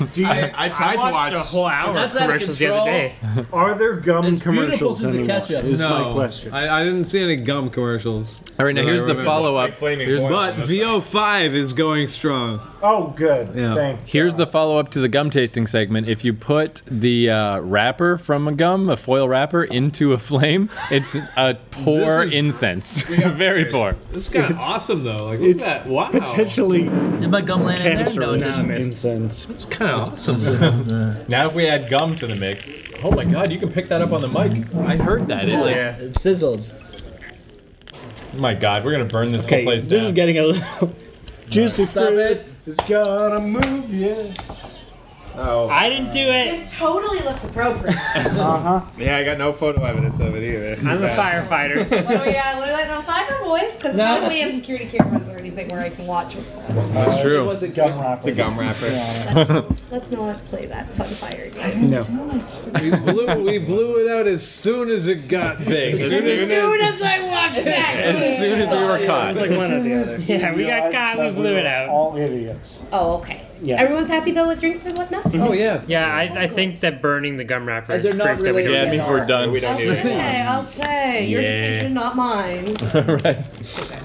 Speaker 13: I,
Speaker 3: tried to watched watch- a whole hour of That's out of commercials the other day.
Speaker 10: Are there gum commercials
Speaker 17: through the
Speaker 10: anymore?
Speaker 17: ketchup.
Speaker 10: Is my
Speaker 17: No.
Speaker 10: question.
Speaker 17: I, I didn't see any gum commercials.
Speaker 6: All right, now
Speaker 17: that
Speaker 6: here's
Speaker 17: I
Speaker 6: the
Speaker 17: remember.
Speaker 6: follow-up. Here's-
Speaker 17: but VO5 is going strong.
Speaker 10: Oh, good. Thank
Speaker 6: Here's the follow up to the gum tasting segment. If you put the uh, wrapper from a gum, a foil wrapper, into a flame, it's a poor
Speaker 17: This is-
Speaker 6: incense. [laughs] Very poor.
Speaker 17: This is kind of awesome though. Like, look at that. Wow.
Speaker 10: [laughs] potentially
Speaker 2: Did my gum land in there? No, it
Speaker 10: cancerous
Speaker 2: didn't.
Speaker 10: incense. That's
Speaker 17: kind of
Speaker 6: now if we add gum to the mix, oh my god, you can pick that up on the mic. I heard that. It, like,
Speaker 2: It sizzled.
Speaker 6: oh my god, we're gonna burn this
Speaker 18: Okay,
Speaker 6: whole place
Speaker 18: this
Speaker 6: down.
Speaker 18: is getting a little.
Speaker 10: Juicy
Speaker 2: Stop it.
Speaker 10: It's gonna move you.
Speaker 13: Oh.
Speaker 18: I didn't do it.
Speaker 11: This totally looks appropriate.
Speaker 10: Uh-huh.
Speaker 13: Yeah, I got no photo evidence of it either.
Speaker 18: I'm a firefighter.
Speaker 3: [laughs]
Speaker 11: what are we, uh, what are we letting on fire boys? Because
Speaker 13: No.
Speaker 11: not that we have security cameras or anything where I can watch what's going on.
Speaker 13: That's true.
Speaker 10: gum wrapper.
Speaker 13: It's a gum wrapper.
Speaker 11: Let's, let's not play that fun fire game.
Speaker 10: No.
Speaker 17: we, blew, we blew it out as soon as it got big.
Speaker 11: As soon as I walked back.
Speaker 17: As soon as we were caught. It's like one or the
Speaker 3: [laughs]
Speaker 17: other.
Speaker 18: Yeah, we got caught. We blew it out.
Speaker 10: All idiots.
Speaker 11: [laughs] Oh, okay.
Speaker 10: Yeah.
Speaker 11: Everyone's happy though with drinks and whatnot.
Speaker 17: yeah.
Speaker 3: Yeah, I, I think that burning the gum wrapper is
Speaker 11: They're
Speaker 3: proof
Speaker 11: not
Speaker 3: that we
Speaker 11: related
Speaker 3: don't.
Speaker 11: Yeah, it means we're
Speaker 6: done. We
Speaker 11: [laughs] I'll say, I'll say, your
Speaker 6: Yeah.
Speaker 11: decision, not mine.
Speaker 6: right.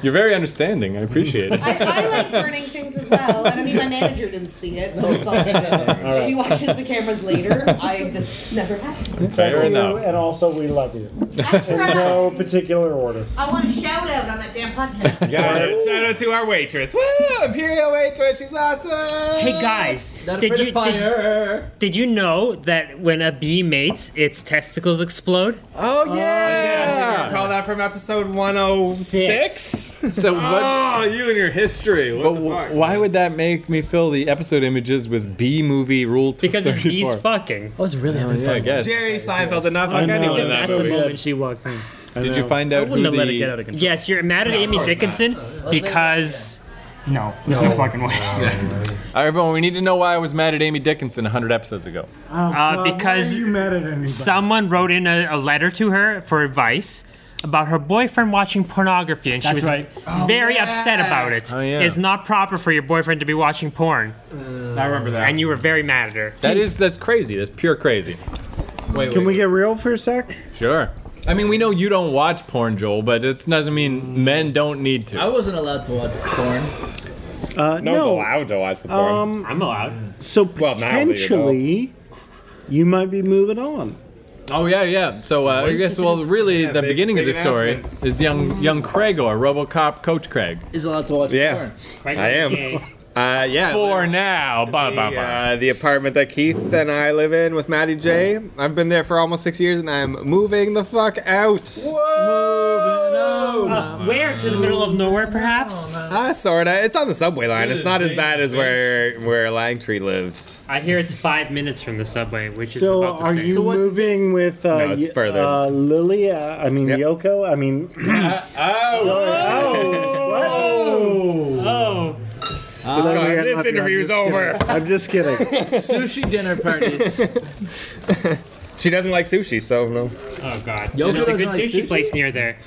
Speaker 6: You're very understanding. I appreciate [laughs] it.
Speaker 11: I like burning things as well, and I mean, my manager didn't see it, so it's all good. If he watches the cameras later, I just never happened.
Speaker 10: Thank
Speaker 6: Fair
Speaker 10: you,
Speaker 6: enough.
Speaker 10: And also, we love you. In no particular order.
Speaker 11: I want a shout out on that damn podcast.
Speaker 13: Got it. Shout out to our waitress. Woo! Imperial waitress, she's awesome.
Speaker 3: Hey guys,
Speaker 13: Not
Speaker 3: did
Speaker 13: afraid
Speaker 3: you,
Speaker 13: of fire.
Speaker 3: Did, did you know that when a bee mates, its testicles explode?
Speaker 13: Oh
Speaker 3: yeah.
Speaker 13: yeah! Call that from episode 106.
Speaker 6: So what?
Speaker 17: Ah,
Speaker 13: Oh,
Speaker 6: you and your history. but wh- why would that make me fill the episode images with B movie rule?
Speaker 3: Because it's bees
Speaker 6: 34?
Speaker 3: fucking.
Speaker 2: I was really
Speaker 6: having fun. I guess.
Speaker 13: Jerry Seinfeld's enough.
Speaker 3: I
Speaker 13: Like
Speaker 3: know,
Speaker 13: anyone in
Speaker 3: that's
Speaker 13: that
Speaker 3: the
Speaker 13: movie.
Speaker 3: moment she walks in.
Speaker 6: Did you find out who the?
Speaker 3: Yes, you're mad at
Speaker 6: No, of
Speaker 3: Amy
Speaker 6: course not.
Speaker 3: Dickinson because. No, there's no, fucking way.
Speaker 6: Uh, everyone, we need to know why I was mad at Amy Dickinson 100 episodes ago.
Speaker 3: Uh, because someone wrote in a, a letter to her for advice about her boyfriend watching pornography, and she
Speaker 18: That's
Speaker 3: was
Speaker 18: right.
Speaker 3: very
Speaker 18: Oh, yeah.
Speaker 3: upset about it.
Speaker 18: Oh, yeah.
Speaker 3: It's not proper for your boyfriend to be watching porn.
Speaker 13: I remember that.
Speaker 3: And you were very mad at her.
Speaker 6: That is that's crazy. That's pure crazy. Wait,
Speaker 10: Can we get real for a sec?
Speaker 6: Sure. I mean, we know you don't watch porn, Joel, but it doesn't mean men don't need to.
Speaker 2: I wasn't allowed to watch the porn.
Speaker 10: Uh,
Speaker 13: No one's allowed to watch the porn.
Speaker 10: Um,
Speaker 3: I'm allowed.
Speaker 10: So
Speaker 13: Well, now that you know.
Speaker 10: potentially, you might be moving on.
Speaker 6: Oh yeah, yeah. So uh, I
Speaker 10: Voice
Speaker 6: guess
Speaker 10: is-
Speaker 6: well, really,
Speaker 10: Yeah,
Speaker 6: the
Speaker 10: big-
Speaker 6: beginning
Speaker 10: big
Speaker 6: of the story
Speaker 10: announcements.
Speaker 6: is young young Craig or RoboCop Coach Craig.
Speaker 2: Is allowed to watch
Speaker 13: Yeah.
Speaker 2: porn.
Speaker 13: I am. Uh, yeah.
Speaker 6: For now, bah, bah,
Speaker 13: the,
Speaker 6: bah.
Speaker 13: uh, the apartment that Keith and I live in with Maddie J. I've been there for almost six years, and I'm moving the fuck out.
Speaker 3: Uh, where? To the middle of nowhere, perhaps?
Speaker 13: Uh, sorta. It's on the subway line. It's not as bad as where where Langtree lives.
Speaker 3: I hear it's five minutes from the subway, which is
Speaker 10: So,
Speaker 3: about the
Speaker 10: are
Speaker 3: same.
Speaker 10: you moving with uh,
Speaker 3: No, it's
Speaker 10: y-
Speaker 3: further.
Speaker 10: uh, Lily? Uh, I mean, Yoko? I mean,
Speaker 6: oh,
Speaker 3: Oh.
Speaker 6: Ah,
Speaker 10: Lily, I'm not- I'm just kidding. I'm just kidding.
Speaker 2: Sushi dinner
Speaker 13: [laughs]
Speaker 2: parties.
Speaker 13: She doesn't like sushi, so no.
Speaker 3: Oh god.
Speaker 2: Yoko
Speaker 3: There's a
Speaker 2: doesn't
Speaker 3: good
Speaker 2: like
Speaker 3: sushi,
Speaker 2: sushi?
Speaker 3: place near there.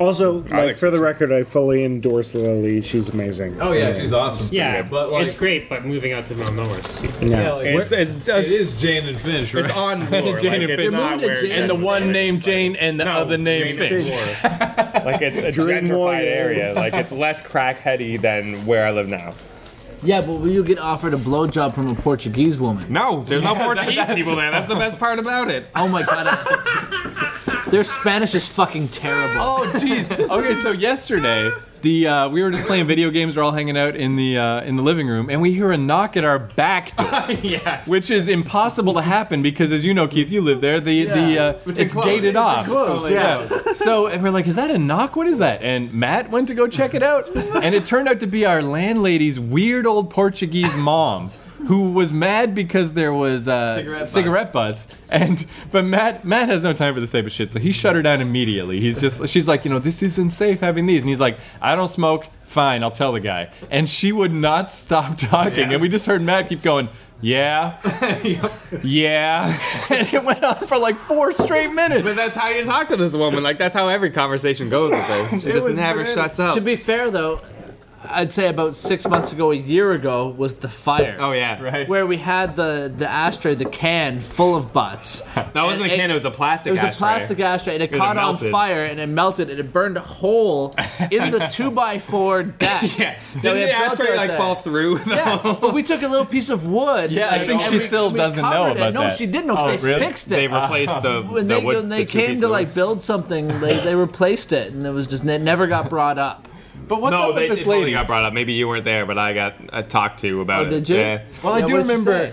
Speaker 10: Also,
Speaker 3: [laughs] I
Speaker 10: like, for the record, I fully endorse Lily. She's amazing.
Speaker 16: Oh,
Speaker 17: awesome.
Speaker 3: Yeah,
Speaker 17: good, but, like-
Speaker 3: it's great, but moving out to Mount Nowhere's.
Speaker 10: Yeah.
Speaker 17: Yeah, like,
Speaker 13: It's-
Speaker 17: where-
Speaker 13: it's- it's-
Speaker 17: it is Jane and Finch, right?
Speaker 13: It's on
Speaker 6: [laughs]
Speaker 17: Jane
Speaker 13: Lore, like,
Speaker 17: and
Speaker 13: it's
Speaker 17: Finch.
Speaker 13: not where Jane
Speaker 6: and the
Speaker 13: and
Speaker 6: one named Jane and the other named
Speaker 13: Jane and
Speaker 6: Finch. [laughs]
Speaker 13: Like it's a
Speaker 10: Dream
Speaker 13: gentrified
Speaker 10: Warriors.
Speaker 13: area. Like it's less crackheady than where I live now.
Speaker 2: Yeah, but will you get offered a blowjob from a Portuguese woman?
Speaker 13: [laughs] No, There's no Portuguese people there. That's the best part about it.
Speaker 2: Oh my god. Their Spanish is fucking terrible.
Speaker 6: [laughs] Oh jeez. Okay, so yesterday the uh, we were just playing video games. We're all hanging out in the uh, in the living room, and we hear a knock at our back door, which is impossible to happen because, as you know, Keith, you live there. The the uh,
Speaker 13: It's
Speaker 6: it's,
Speaker 13: enclosed.
Speaker 6: gated
Speaker 13: It's
Speaker 6: off.
Speaker 13: enclosed, yeah.
Speaker 6: So and we're like, is that a knock? What is that? And Matt went to go check it out, and it turned out to be our landlady's weird old Portuguese mom. Who was mad because there was uh,
Speaker 13: Cigarette butts.
Speaker 6: cigarette butts, and but Matt Matt has no time for this type of shit, so he shut her down immediately. He's just she's like, you know, this isn't safe having these, and he's like, I don't smoke. Fine, I'll tell the guy. And she would not stop talking, and we just heard Matt keep going,
Speaker 2: [laughs]
Speaker 6: yeah, yeah, and it went on for like four straight minutes.
Speaker 13: But that's how you talk to this woman. Like that's how every conversation goes with
Speaker 2: [laughs]
Speaker 13: her. She
Speaker 2: It
Speaker 13: just
Speaker 2: was
Speaker 13: never
Speaker 2: bananas.
Speaker 13: shuts up.
Speaker 2: To be fair, though, I'd say about six months ago, a year ago, was the fire.
Speaker 13: Oh, yeah. Right.
Speaker 2: Where we had the the ashtray, the can full of
Speaker 13: [laughs]
Speaker 2: butts. That
Speaker 13: wasn't a can, it was a plastic
Speaker 2: It was
Speaker 13: ashtray.
Speaker 2: a
Speaker 13: [laughs]
Speaker 2: plastic ashtray, and it,
Speaker 13: And it
Speaker 2: caught on
Speaker 13: melted.
Speaker 2: fire, and it melted, and it burned a hole in
Speaker 13: [laughs]
Speaker 2: the two by four deck. yeah.
Speaker 13: Didn't the ashtray like fall through?
Speaker 2: Yeah, but we took a little piece of wood.
Speaker 13: Yeah, I
Speaker 2: like, and
Speaker 13: think she
Speaker 2: we-
Speaker 13: still
Speaker 2: we
Speaker 13: doesn't know
Speaker 2: covered it.
Speaker 13: about
Speaker 2: no,
Speaker 13: that.
Speaker 2: she did know. 'cause
Speaker 13: Oh,
Speaker 2: they
Speaker 13: really?
Speaker 2: fixed it. Uh,
Speaker 13: They replaced the-
Speaker 2: [laughs] when
Speaker 13: the
Speaker 2: they
Speaker 13: wood-
Speaker 2: when they
Speaker 13: the two
Speaker 2: came
Speaker 13: pieces
Speaker 2: to
Speaker 13: of wood.
Speaker 2: like build something, they they replaced it, and it was just it never got brought up.
Speaker 6: But
Speaker 2: what's
Speaker 13: no,
Speaker 2: up with
Speaker 13: they,
Speaker 2: this
Speaker 13: it totally
Speaker 2: lady?
Speaker 13: got brought up. Maybe you weren't there, but I got uh, talked to about
Speaker 2: Oh,
Speaker 13: it.
Speaker 2: did you?
Speaker 13: Yeah.
Speaker 6: Well, I do remember.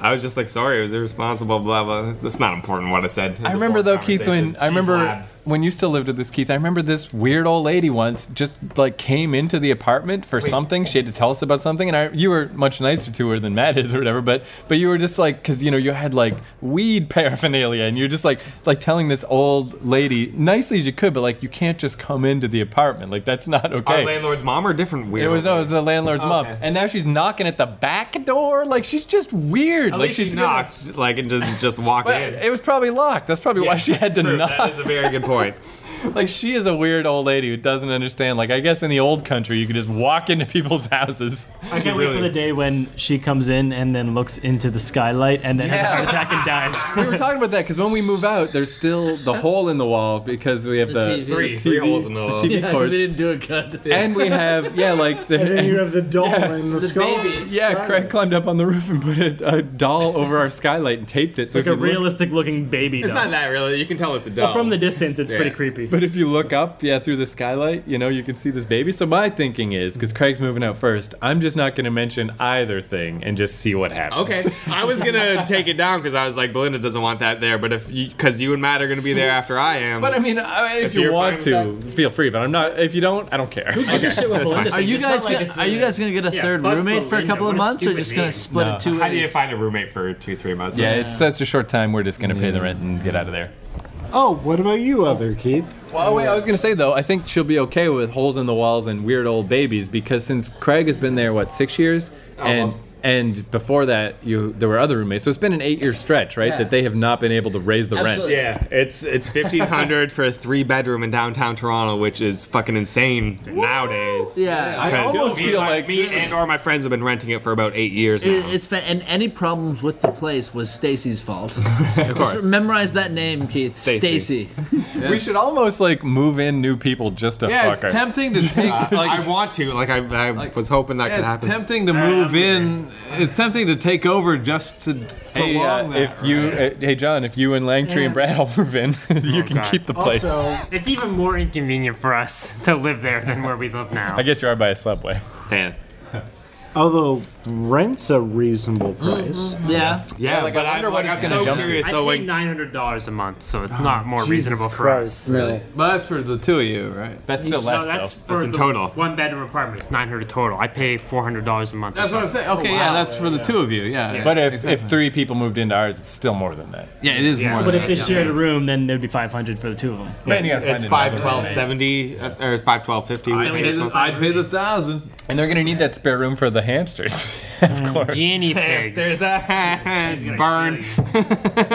Speaker 13: I was just like, sorry, it was irresponsible, blah blah. That's not important what I said. It was
Speaker 6: I
Speaker 13: a
Speaker 6: remember
Speaker 13: boring
Speaker 6: though, Keith, when
Speaker 13: conversation.
Speaker 6: I
Speaker 13: She
Speaker 6: remember
Speaker 13: blabbed.
Speaker 6: when you still lived with this Keith, I remember this weird old lady once just like came into the apartment for something. She had to tell us about something, and I, you were much nicer to her than Matt is or whatever. But but you were just like, because you know you had like weed [laughs] paraphernalia, and you're just like like telling this old lady nicely as you could, but like you can't just come into the apartment. Like that's not okay.
Speaker 13: Our landlord's mom or different weird.
Speaker 6: it was no, it was the landlord's mom, and now she's knocking at the back door. Like she's just weird.
Speaker 13: At
Speaker 6: like
Speaker 13: least
Speaker 6: she's
Speaker 13: she
Speaker 6: gonna-
Speaker 13: knocked, like and just just walked
Speaker 6: But
Speaker 13: in.
Speaker 6: it was probably locked. That's probably why
Speaker 13: Yeah,
Speaker 6: she had to
Speaker 13: that's true.
Speaker 6: knock.
Speaker 13: That is a very good point.
Speaker 6: [laughs] like she is a weird old lady who doesn't understand. Like I guess in the old country you could just walk into people's houses.
Speaker 16: I can't wait for the day when she comes in and then looks into the skylight and then has a heart attack and dies.
Speaker 13: [laughs]
Speaker 6: we were talking about that because when we move out, there's still the hole in the wall because we have
Speaker 16: The
Speaker 6: the,
Speaker 16: TV. Three-
Speaker 6: TV,
Speaker 16: three holes in the wall.
Speaker 6: TV
Speaker 16: Yeah, 'cause
Speaker 6: cords.
Speaker 16: we
Speaker 2: didn't do it good.
Speaker 6: and we have yeah,
Speaker 16: [laughs]
Speaker 6: like the
Speaker 10: And then you have the doll and the, skull.
Speaker 6: [laughs] Yeah, Craig climbed up on the roof and put a, a doll over our skylight and taped it. So
Speaker 16: Like
Speaker 6: if
Speaker 16: a
Speaker 6: you look-
Speaker 16: realistic looking baby
Speaker 13: It's
Speaker 16: doll.
Speaker 13: not that really. You can tell it's a
Speaker 16: But
Speaker 13: doll.
Speaker 16: from the distance, it's pretty
Speaker 6: Yeah.
Speaker 16: creepy.
Speaker 6: But if you look up, yeah, through the skylight, you know, you can see this baby. So my thinking is, because Craig's moving out first, I'm just not going to mention either thing and just see what happens.
Speaker 13: Okay, I was gonna take it down because I was like, Belinda doesn't want that there, but if you, because you and Matt are gonna be there after I am.
Speaker 6: But I mean, I, if,
Speaker 13: If
Speaker 6: you
Speaker 13: you're
Speaker 6: want to,
Speaker 13: fine
Speaker 6: feel free. But I'm not. If you don't, I don't care.
Speaker 2: Are you guys gonna, are you guys gonna get a third roommate for a couple of months, or just gonna split it two ways?
Speaker 13: How do you find a roommate for two, three months?
Speaker 6: Yeah, it's such a short time. We're just going to pay the rent and get out of there.
Speaker 10: Oh, what about you, other Keith?
Speaker 6: Well, wait, I was going to say, though, I think she'll be okay with holes in the walls and weird old babies because since Craig has been there, what, six years?
Speaker 13: Almost.
Speaker 6: And, and before that, you there were other roommates. So it's been an eight year stretch, right?
Speaker 13: Yeah.
Speaker 6: That they have not been able to raise the rent.
Speaker 13: Yeah, it's it's fifteen hundred for a three bedroom in downtown Toronto, which is fucking insane nowadays.
Speaker 2: Yeah. I
Speaker 13: Because
Speaker 2: almost
Speaker 13: me,
Speaker 2: feel
Speaker 13: my-
Speaker 2: like-
Speaker 13: me and or my friends have been renting it for about eight years now.
Speaker 2: It, it's fa- and any problems with the place was Stacy's fault. of
Speaker 6: course.
Speaker 2: memorize that name, Keith. Stacy.
Speaker 6: Stacy. We should almost like move in new people just to fuck her.
Speaker 17: to take.
Speaker 13: [laughs] I want to. Like I, I was hoping that could
Speaker 17: it's
Speaker 13: happen.
Speaker 17: tempting to move in. It's tempting to take over just to
Speaker 6: Hey, uh,
Speaker 17: prolong that.
Speaker 6: if you, uh, hey John, if you and Langtree and Brad all move in, [laughs] you can keep the place.
Speaker 3: it's even more inconvenient for us to live there than where we live now.
Speaker 6: I guess you are by a subway.
Speaker 13: Yeah.
Speaker 10: Although rent's a reasonable
Speaker 16: Mm-hmm.
Speaker 10: price.
Speaker 3: Yeah.
Speaker 13: Yeah,
Speaker 10: but I wonder what it's gonna
Speaker 3: so
Speaker 10: jump to.
Speaker 3: curious.
Speaker 10: So,
Speaker 3: I
Speaker 10: like-
Speaker 3: pay nine hundred dollars a month, so
Speaker 16: Ah,
Speaker 3: it's not more reasonable for us.
Speaker 17: Well, that's for the two of you, right?
Speaker 6: That's
Speaker 3: No, that's for the One bedroom apartment. It's nine hundred total. I pay four hundred dollars a month.
Speaker 17: That's what I'm saying. Okay, yeah, that's for the two of you. Yeah.
Speaker 6: But if, if
Speaker 17: exactly.
Speaker 6: three people moved into ours, it's still more than that.
Speaker 17: yeah, it is more.
Speaker 16: but
Speaker 17: than
Speaker 16: if they
Speaker 17: that.
Speaker 16: shared a room, then there'd be 500 for the two of them.
Speaker 13: It's, it's five twelve seventy uh, or five twelve fifty.
Speaker 16: I'd pay the- I'd
Speaker 17: pay the thousand.
Speaker 6: And they're gonna need that spare room for the hamsters, [laughs] of
Speaker 13: Mm,
Speaker 6: course.
Speaker 3: Guinea
Speaker 13: pigs. There's a burn.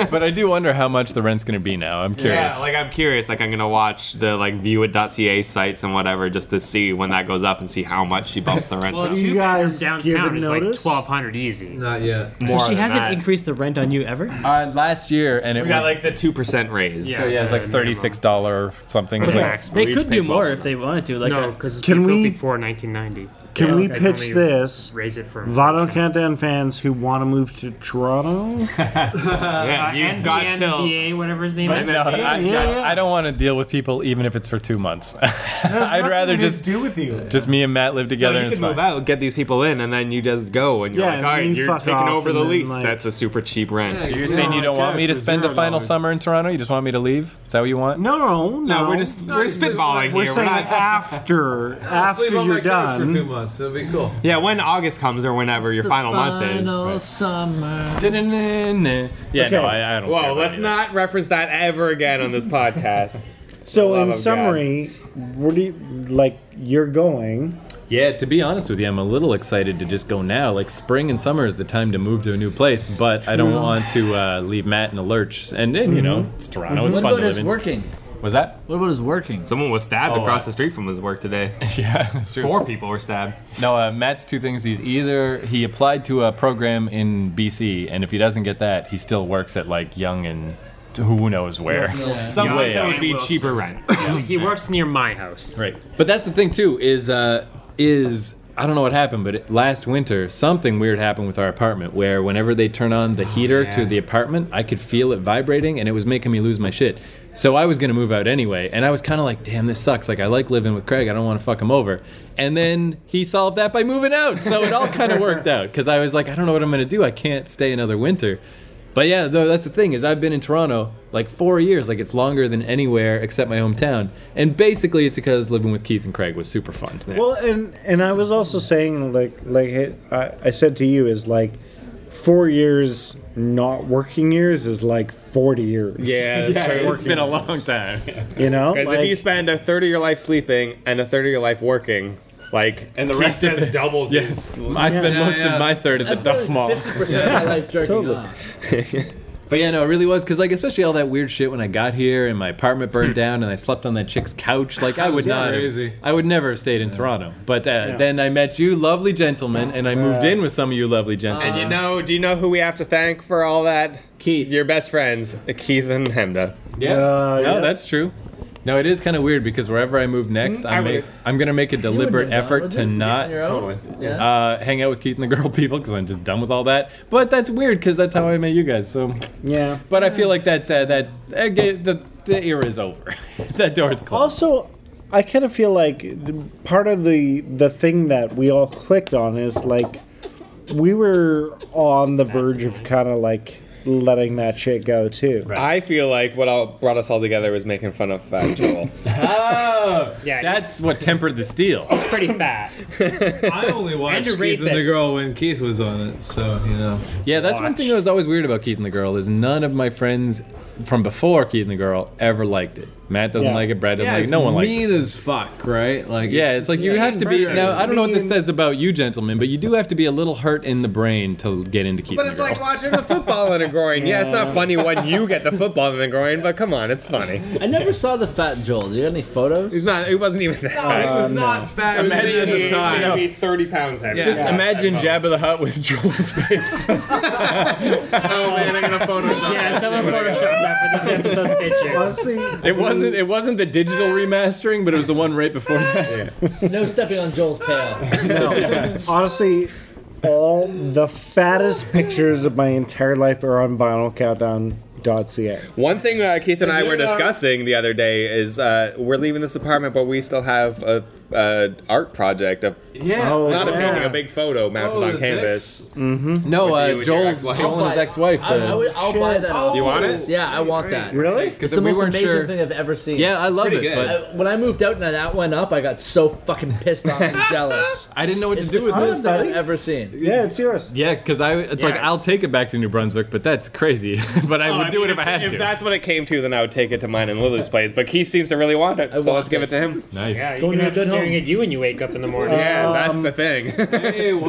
Speaker 6: but I do wonder how much the rent's gonna be now. I'm curious.
Speaker 13: Yeah, like I'm curious. Like I'm gonna watch the like viewit.ca sites and whatever just to see when that goes up and see how much she bumps the rent. up.
Speaker 3: Well, you guys downtown
Speaker 13: given
Speaker 3: is like
Speaker 13: notice?
Speaker 3: twelve hundred easy.
Speaker 17: Not yet.
Speaker 13: So More she than hasn't that.
Speaker 3: increased the rent on you ever?
Speaker 6: Uh, last year, and it
Speaker 13: we got
Speaker 6: was
Speaker 13: like the two percent raise.
Speaker 6: so yeah, it's like thirty-six dollar something. It was like-
Speaker 3: They could do more
Speaker 16: if they wanted to.
Speaker 3: Like no, because
Speaker 10: Can
Speaker 3: we
Speaker 10: we-
Speaker 3: before 1990.
Speaker 10: Can
Speaker 3: Yeah,
Speaker 10: we
Speaker 3: they
Speaker 10: pitch
Speaker 3: only
Speaker 10: this?
Speaker 3: Raise it for
Speaker 10: Toronto Countdown fans who want to move to Toronto.
Speaker 13: yeah,
Speaker 3: you've
Speaker 10: got till-
Speaker 3: NDA, whatever his name
Speaker 10: Right
Speaker 3: is.
Speaker 10: now,
Speaker 6: I,
Speaker 10: yeah.
Speaker 6: I, I don't want to deal with people, even if it's for two months. [laughs] I'd
Speaker 13: nothing
Speaker 6: rather
Speaker 13: to
Speaker 6: just
Speaker 13: do with you.
Speaker 6: Just me and Matt live together.
Speaker 13: No, you
Speaker 6: and
Speaker 13: can
Speaker 6: it's
Speaker 13: move
Speaker 6: fine.
Speaker 13: out, get these people in, and then you just go, and you're
Speaker 6: Yeah,
Speaker 13: like,
Speaker 6: and
Speaker 13: all
Speaker 6: then
Speaker 13: right,
Speaker 6: you
Speaker 13: you're
Speaker 6: fuck
Speaker 13: taking
Speaker 6: off,
Speaker 13: over
Speaker 6: and
Speaker 13: the
Speaker 6: then,
Speaker 13: lease.
Speaker 6: like-
Speaker 13: That's a super cheap rent.
Speaker 6: You're saying you don't want me to spend the final summer in Toronto? You just want me to leave? Is that what you want?
Speaker 10: No, no,
Speaker 13: No, we're just we're spitballing
Speaker 10: We're
Speaker 13: here.
Speaker 10: saying
Speaker 13: we're not,
Speaker 10: after [laughs]
Speaker 13: I'll
Speaker 10: after
Speaker 13: sleep on
Speaker 10: you're
Speaker 13: my couch for
Speaker 10: done.
Speaker 13: two
Speaker 6: months. It'll be cool.
Speaker 13: yeah, when August comes or whenever your final, month is.
Speaker 2: summer.
Speaker 13: Yeah,
Speaker 10: Okay.
Speaker 13: no, I, I don't. Whoa, let's not reference that ever again
Speaker 6: [laughs]
Speaker 13: on this podcast.
Speaker 10: So
Speaker 13: For the love
Speaker 10: in
Speaker 13: of
Speaker 10: summary, what do you like? You're going.
Speaker 6: Yeah, to be honest with you, I'm a little excited to just go now. Like spring and summer is the time to move to a new place, but I don't
Speaker 2: True.
Speaker 6: want to uh, leave Matt in a lurch. And then you know,
Speaker 2: Mhm.
Speaker 6: it's Toronto. It's
Speaker 2: What
Speaker 6: fun
Speaker 2: about
Speaker 6: to live
Speaker 2: his
Speaker 6: in.
Speaker 2: working?
Speaker 6: Was that?
Speaker 2: What about his working?
Speaker 13: Someone was stabbed
Speaker 6: Oh,
Speaker 13: across
Speaker 6: uh,
Speaker 13: the street from his work today.
Speaker 6: yeah, that's true.
Speaker 13: Four people were stabbed.
Speaker 6: No, uh, Matt's two things. He's either he applied to a program in BC, and if he doesn't get that, he still works at like Young and to who knows where.
Speaker 13: Some
Speaker 6: Way
Speaker 13: that
Speaker 6: out.
Speaker 13: would be cheaper rent.
Speaker 3: He works near my house.
Speaker 6: Right. But that's the thing too is uh is I don't know what happened, but it, last winter something weird happened with our apartment where whenever they turn on the heater to
Speaker 13: yeah.
Speaker 6: the apartment, I could feel it vibrating and it was making me lose my shit. So I was gonna move out anyway, and I was kind of like, "Damn, this sucks." Like I like living with Craig. I don't want to fuck him over. And then he solved that by moving out, so it all kind of worked out. Because I was like, I don't know what I'm gonna do. I can't stay another winter. But yeah, though that's the thing is I've been in Toronto like four years, like it's longer than anywhere except my hometown. And basically, it's because living with Keith and Craig was super fun.
Speaker 10: Well, and and I was also saying like like it- I, I said to you is like four years not working years is like forty years.
Speaker 13: Yeah, that's true.
Speaker 10: working years.
Speaker 13: [laughs]
Speaker 6: time.
Speaker 10: You know,
Speaker 13: because
Speaker 10: like-
Speaker 13: if you spend a third of your life sleeping and a third of your life working, like
Speaker 6: and the rest
Speaker 13: has [laughs]
Speaker 6: of it- [laughs]
Speaker 13: doubled.
Speaker 6: Yes. I spend most of my third at the Duff Mall.
Speaker 13: Totally.
Speaker 6: But yeah, no, it really was because like especially all that weird shit when I got here and my apartment burned down and I slept on that chick's couch. Like I would
Speaker 13: Yeah.
Speaker 6: not,
Speaker 13: Hmm. Crazy.
Speaker 6: I would never have stayed in Toronto. But uh, then I met you, lovely gentlemen, and I moved
Speaker 13: Yeah.
Speaker 6: in with some of you lovely gentlemen.
Speaker 13: and you know, do you know who we have to thank for all that? Keith. Your best friends, Keith and Hemda.
Speaker 6: Yeah. no, that's true. No, it is kind of weird because wherever I move next,
Speaker 13: I
Speaker 6: I make,
Speaker 13: would-
Speaker 6: I'm going to make a deliberate
Speaker 13: done,
Speaker 6: effort
Speaker 13: wouldn't
Speaker 6: to not
Speaker 13: your own? Totally. Yeah.
Speaker 6: uh, hang out with Keith and the [laughs] girl people because I'm just done with all that. But that's weird because that's how I met you guys. So,
Speaker 10: yeah.
Speaker 6: But I feel like that that that, that ga- the the era is over. [laughs] that door is closed.
Speaker 10: Also, I kind of feel like part of the the thing that we all clicked on is like we were on the verge of kind of like letting that shit go too.
Speaker 13: I feel like what all brought us all together was making fun of uh, Joel.
Speaker 6: Oh,
Speaker 3: yeah,
Speaker 6: that's what tempered the steel.
Speaker 3: It's pretty fat.
Speaker 17: I only watched
Speaker 3: a
Speaker 17: Keith and the
Speaker 3: rapist.
Speaker 17: Girl when Keith was on it, so you know.
Speaker 6: Yeah, that's one thing that was always weird about Keith and the Girl is none of my friends from before Keith and the Girl ever liked it. Matt doesn't
Speaker 17: Yeah.
Speaker 6: like it. Brad doesn't
Speaker 17: Yeah,
Speaker 6: like it.
Speaker 17: it's
Speaker 6: No one likes it.
Speaker 17: mean as fuck, right? Like
Speaker 6: yeah, it's, like you
Speaker 17: yeah,
Speaker 6: have
Speaker 17: it's
Speaker 6: to be.
Speaker 17: mean.
Speaker 6: Now I don't know what this
Speaker 17: Mean.
Speaker 6: says about you, gentlemen, but you do have to be a little hurt in the brain to get into Keith.
Speaker 13: But
Speaker 6: and
Speaker 13: it's
Speaker 6: the
Speaker 13: like
Speaker 6: Girl.
Speaker 13: watching a football in a groin. Yeah, it's not
Speaker 2: Yeah.
Speaker 13: funny when you get the football in the groin, but come on, it's funny.
Speaker 2: I never saw the fat Joel. Do you have any photos?
Speaker 13: He's not. He wasn't even that.
Speaker 2: fat.
Speaker 13: bad.
Speaker 2: Imagine the time.
Speaker 13: Maybe thirty pounds heavy.
Speaker 6: Just imagine
Speaker 13: Jab.
Speaker 6: Jabba the Hutt with Joel's face.
Speaker 13: Oh man, I'm gonna Photoshop.
Speaker 3: yeah, someone photoshopped that for this episode's picture.
Speaker 10: Honestly,
Speaker 6: [laughs] it wasn't. It wasn't the
Speaker 13: [laughs]
Speaker 6: digital remastering, but it was the one right before that.
Speaker 2: no stepping on
Speaker 6: [laughs]
Speaker 2: Joel's tail.
Speaker 10: No. Honestly, all the fattest pictures of my entire life are on vinylcountdown.ca.
Speaker 13: One thing uh, Keith and I
Speaker 10: Yeah.
Speaker 13: were discussing the other day is uh, we're leaving this apartment, but we still have a, a art project. A,
Speaker 6: Yeah.
Speaker 13: not
Speaker 6: Oh,
Speaker 13: a
Speaker 6: yeah.
Speaker 13: painting, a big photo mounted
Speaker 6: Oh,
Speaker 13: on
Speaker 6: the
Speaker 13: canvas.
Speaker 6: Mm-hmm. No,
Speaker 13: With you and
Speaker 6: uh,
Speaker 13: your
Speaker 6: Joel's
Speaker 13: ex-wife.
Speaker 6: Joel and his ex-wife.
Speaker 2: I, I
Speaker 6: the-
Speaker 2: would, I'll buy that.
Speaker 6: Oh, You want it?
Speaker 2: Yeah, I want that.
Speaker 6: Really?
Speaker 2: It's
Speaker 6: 'Cause
Speaker 2: the
Speaker 6: we
Speaker 2: most
Speaker 6: weren't
Speaker 2: amazing
Speaker 6: sure-
Speaker 2: thing I've ever seen.
Speaker 6: Yeah, I It's love pretty it, good.
Speaker 2: I, when I moved out and that went up, I got so fucking pissed off
Speaker 6: [laughs]
Speaker 2: and jealous.
Speaker 6: I didn't know what
Speaker 2: it's
Speaker 6: to do
Speaker 2: the
Speaker 6: with
Speaker 2: coolest
Speaker 6: this.
Speaker 2: thing I've ever seen.
Speaker 10: Yeah, it's yours.
Speaker 6: Yeah, because I. It's like I'll take it back to New Brunswick, but that's crazy. [laughs] but I
Speaker 13: Oh,
Speaker 6: would do
Speaker 13: mean,
Speaker 6: it if I had
Speaker 13: if
Speaker 6: to.
Speaker 13: that's what it came to, then I would take it to mine and Lily's place. But Keith seems to really want it, so let's give it to him.
Speaker 6: Nice.
Speaker 3: Yeah, you can have it staring at you when you wake up in the morning.
Speaker 13: Yeah, that's
Speaker 20: Um, [laughs]
Speaker 13: the thing.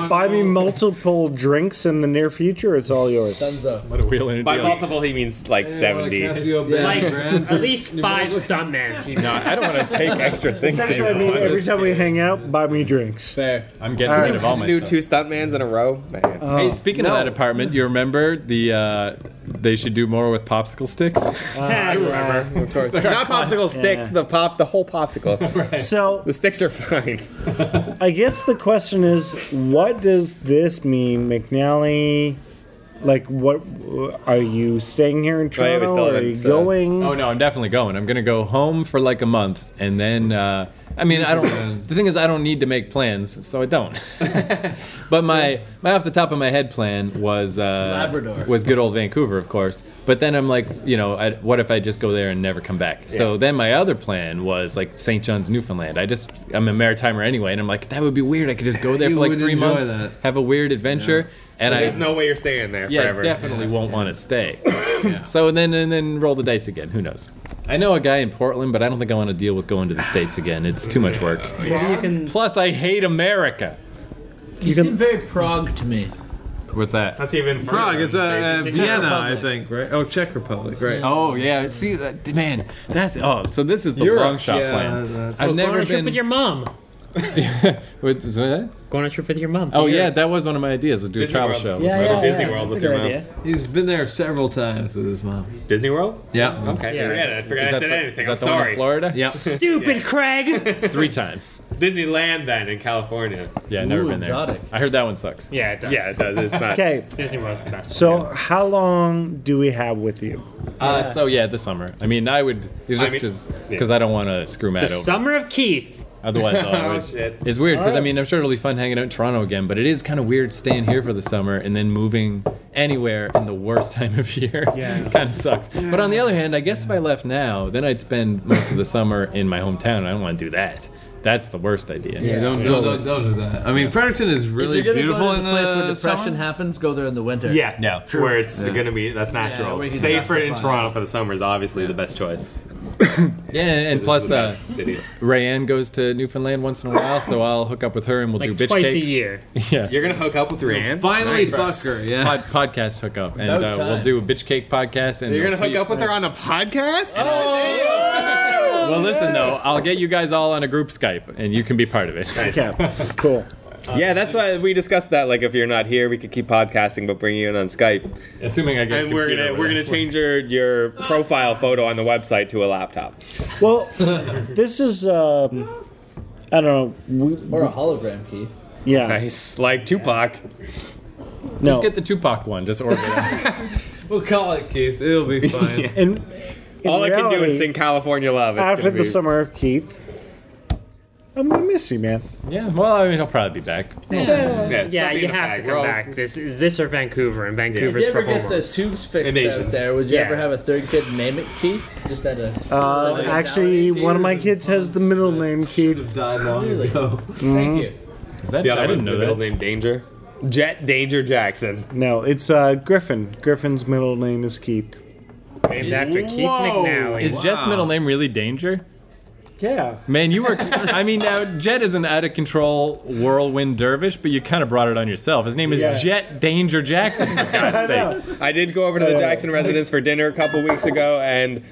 Speaker 10: Buy me multiple drinks in the near future. It's all yours.
Speaker 6: What a wheel and a
Speaker 13: By
Speaker 10: deal.
Speaker 13: multiple, he means like seventy.
Speaker 3: Like, at least five stuntmans. you [laughs]
Speaker 13: No,
Speaker 3: know.
Speaker 13: I don't want to take extra things.
Speaker 10: That's what I mean. Every time we hang out, buy me drinks.
Speaker 6: Fair. I'm getting
Speaker 10: All
Speaker 6: rid
Speaker 10: right.
Speaker 6: of all my
Speaker 13: do
Speaker 6: stuff.
Speaker 13: two stuntmans in a row. Man.
Speaker 6: hey, speaking of that apartment, you remember the uh, they should do more with popsicle sticks.
Speaker 13: I remember,
Speaker 20: [laughs]
Speaker 13: of course. Not popsicle sticks. The pop, the whole popsicle.
Speaker 10: So
Speaker 13: the sticks are fine.
Speaker 10: I guess the question is, what does this mean, McNally? Like, what are you staying here in Toronto? or are you
Speaker 13: uh,
Speaker 10: going?
Speaker 6: Oh no, I'm definitely going. I'm gonna go home for like a month, and then uh, I mean, I don't. the thing is, I don't need to make plans, so I don't. [laughs] but my my off the top of my head plan was uh,
Speaker 2: Labrador.
Speaker 6: was good old Vancouver, of course. But then I'm like, you know, I, what if I just go there and never come back? So
Speaker 2: Yeah.
Speaker 6: then my other plan was like St. John's, Newfoundland. I just I'm a maritimer anyway, and I'm like, that would be weird. I could just go there
Speaker 13: You
Speaker 6: for like
Speaker 13: would
Speaker 6: three
Speaker 13: enjoy
Speaker 6: months,
Speaker 13: that.
Speaker 6: have a weird adventure, and
Speaker 13: And
Speaker 6: I
Speaker 13: there's no way you're staying there
Speaker 6: yeah,
Speaker 13: forever.
Speaker 6: definitely won't want to stay. So then and then roll the dice again. Who knows? I know a guy in Portland, but I don't think I want to deal with going to the states again. It's too much work. Plus, I hate America.
Speaker 2: You, seem very prog to me.
Speaker 6: What's that?
Speaker 13: That's even further
Speaker 20: Prague.
Speaker 13: in
Speaker 20: It's
Speaker 13: the
Speaker 20: uh,
Speaker 13: States.
Speaker 20: uh,
Speaker 13: It's Czech
Speaker 20: Vienna, I
Speaker 13: Republic.
Speaker 20: think, right? Oh, Czech Republic, right?
Speaker 6: Oh yeah. See, that, man, that's oh. So this is the
Speaker 20: Europe,
Speaker 6: long shot
Speaker 20: yeah,
Speaker 6: plan.
Speaker 20: that's-
Speaker 6: I've
Speaker 3: Oh, go on
Speaker 6: never
Speaker 3: a trip
Speaker 6: been.
Speaker 3: with your mom.
Speaker 6: What, is that?
Speaker 3: Go on a trip with your mom. to
Speaker 6: Oh yeah,
Speaker 3: Europe.
Speaker 6: that was one of my ideas. We'll do
Speaker 3: Disney
Speaker 6: a travel
Speaker 3: World.
Speaker 6: show.
Speaker 3: Yeah,
Speaker 6: with my
Speaker 3: yeah,
Speaker 6: mom.
Speaker 3: Disney yeah, World that's with a your good mom. idea.
Speaker 20: He's been there several times with his mom.
Speaker 13: Disney World?
Speaker 20: Yeah.
Speaker 13: Okay. Yeah. Forget it. I forgot
Speaker 20: Is
Speaker 13: I
Speaker 20: that
Speaker 13: said
Speaker 20: the-
Speaker 13: anything.
Speaker 20: is that the
Speaker 13: I'm
Speaker 20: one in
Speaker 13: sorry.
Speaker 20: Florida?
Speaker 6: Yeah.
Speaker 3: Stupid
Speaker 13: [laughs]
Speaker 6: [laughs]
Speaker 3: Craig.
Speaker 6: Three times.
Speaker 13: Disneyland then in California.
Speaker 6: Yeah, never been there. I heard that one sucks.
Speaker 3: Yeah, it does.
Speaker 13: Yeah, it does. It's not.
Speaker 10: Okay.
Speaker 3: Disney World's the best.
Speaker 10: So, how long do we have with you?
Speaker 6: Uh, so yeah, this summer. I mean, I would it's
Speaker 10: I
Speaker 6: just
Speaker 10: mean-
Speaker 6: because I don't want to screw Matt
Speaker 3: The
Speaker 6: over.
Speaker 3: summer of Keith.
Speaker 20: [laughs]
Speaker 6: Otherwise, I
Speaker 3: Oh,
Speaker 6: would-
Speaker 3: shit.
Speaker 6: it's weird because I
Speaker 20: Oh.
Speaker 3: Alright.
Speaker 6: mean I'm sure it'll be fun hanging out in Toronto again, but it is kind of weird staying here for the summer and then moving anywhere in the worst [laughs] time of year. Yeah, kind of sucks. But on the other hand, I guess if I left now, then I'd spend most of the summer in my hometown. and I don't want to do that. That's the worst idea.
Speaker 20: Yeah, don't, don't, don't, don't do that. I mean, Fredericton is really
Speaker 2: if you're gonna
Speaker 20: beautiful
Speaker 2: go to
Speaker 20: in
Speaker 2: the
Speaker 20: the
Speaker 2: place where depression
Speaker 20: summer.
Speaker 2: happens, go there in the winter.
Speaker 13: Yeah, Where it's
Speaker 2: Yeah.
Speaker 13: gonna be that's
Speaker 2: Yeah,
Speaker 13: natural.
Speaker 2: where you can
Speaker 13: Stay for in
Speaker 2: justify it.
Speaker 13: Toronto for the summer is obviously the best choice.
Speaker 6: Yeah, and, and
Speaker 13: This
Speaker 6: plus,
Speaker 13: is the
Speaker 6: uh,
Speaker 13: best city.
Speaker 6: Rayanne goes to Newfoundland once in a while, so I'll hook up with her and we'll do bitch cakes. [laughs] Yeah.
Speaker 13: You're gonna hook up with Rand.
Speaker 20: finally
Speaker 13: fuck her, yeah.
Speaker 6: Pod, podcast hookup, and
Speaker 13: About
Speaker 6: uh,
Speaker 13: time.
Speaker 6: we'll do a bitch cake podcast. And
Speaker 13: You're gonna hook up with her on a podcast?
Speaker 6: Well, listen though, I'll get you guys all on a group Skype, and you can be part of it.
Speaker 10: cool.
Speaker 13: [laughs] yeah, that's why we discussed that. Like, if you're not here, we could keep podcasting, but bring you in on Skype.
Speaker 6: Assuming I get. a
Speaker 13: And we're
Speaker 6: computer
Speaker 13: gonna
Speaker 6: with
Speaker 13: we're
Speaker 6: it.
Speaker 13: gonna change your your profile photo on the website to a laptop.
Speaker 10: Well, this is, um, I don't know. We,
Speaker 2: Or a hologram, Keith.
Speaker 10: Yeah.
Speaker 13: Nice. Like Tupac.
Speaker 10: No.
Speaker 6: the Tupac one. Just order it.
Speaker 20: [laughs] We'll call it Keith. It'll
Speaker 6: [laughs]
Speaker 20: be fine.
Speaker 10: And
Speaker 13: All I can do
Speaker 10: reality,
Speaker 13: is sing California Love. It's
Speaker 10: after
Speaker 13: gonna
Speaker 10: the
Speaker 13: be-
Speaker 10: summer of Keith, I'm going to miss you, man.
Speaker 6: Yeah. Well, I mean, he'll probably be back.
Speaker 3: Yeah,
Speaker 6: Yeah, it's not
Speaker 3: you
Speaker 6: being a
Speaker 3: have to
Speaker 6: fag.
Speaker 3: come
Speaker 6: We're all-
Speaker 3: back. This is this or Vancouver, and
Speaker 2: If you
Speaker 3: Vancouver's
Speaker 2: ever
Speaker 3: for
Speaker 2: get the
Speaker 3: homework.
Speaker 2: tubes fixed out
Speaker 3: Invasions.
Speaker 2: there, would you
Speaker 3: Yeah.
Speaker 2: ever have a third kid name it Keith? Just out of
Speaker 10: Uh, actually, one of my kids has the middle name Keith.
Speaker 6: [laughs]
Speaker 2: Clearly.
Speaker 10: Mhm.
Speaker 2: Thank you.
Speaker 6: Is
Speaker 10: that-
Speaker 13: the other
Speaker 10: I
Speaker 13: one's
Speaker 10: didn't know
Speaker 13: the
Speaker 10: that.
Speaker 13: middle name Danger? Jet Danger Jackson.
Speaker 10: No, it's uh, Griffin. Griffin's middle name is Keith.
Speaker 3: Named after Keith McNally.
Speaker 6: Is Jet's middle name really Danger?
Speaker 10: Yeah.
Speaker 6: Man, you were. [laughs] I mean, now Jet is an out of control whirlwind dervish, but you kind of brought it on yourself. His name is
Speaker 13: Yeah.
Speaker 6: Jet Danger Jackson. For God's sake.
Speaker 13: I did go over to the Jackson residence for dinner a couple weeks ago, and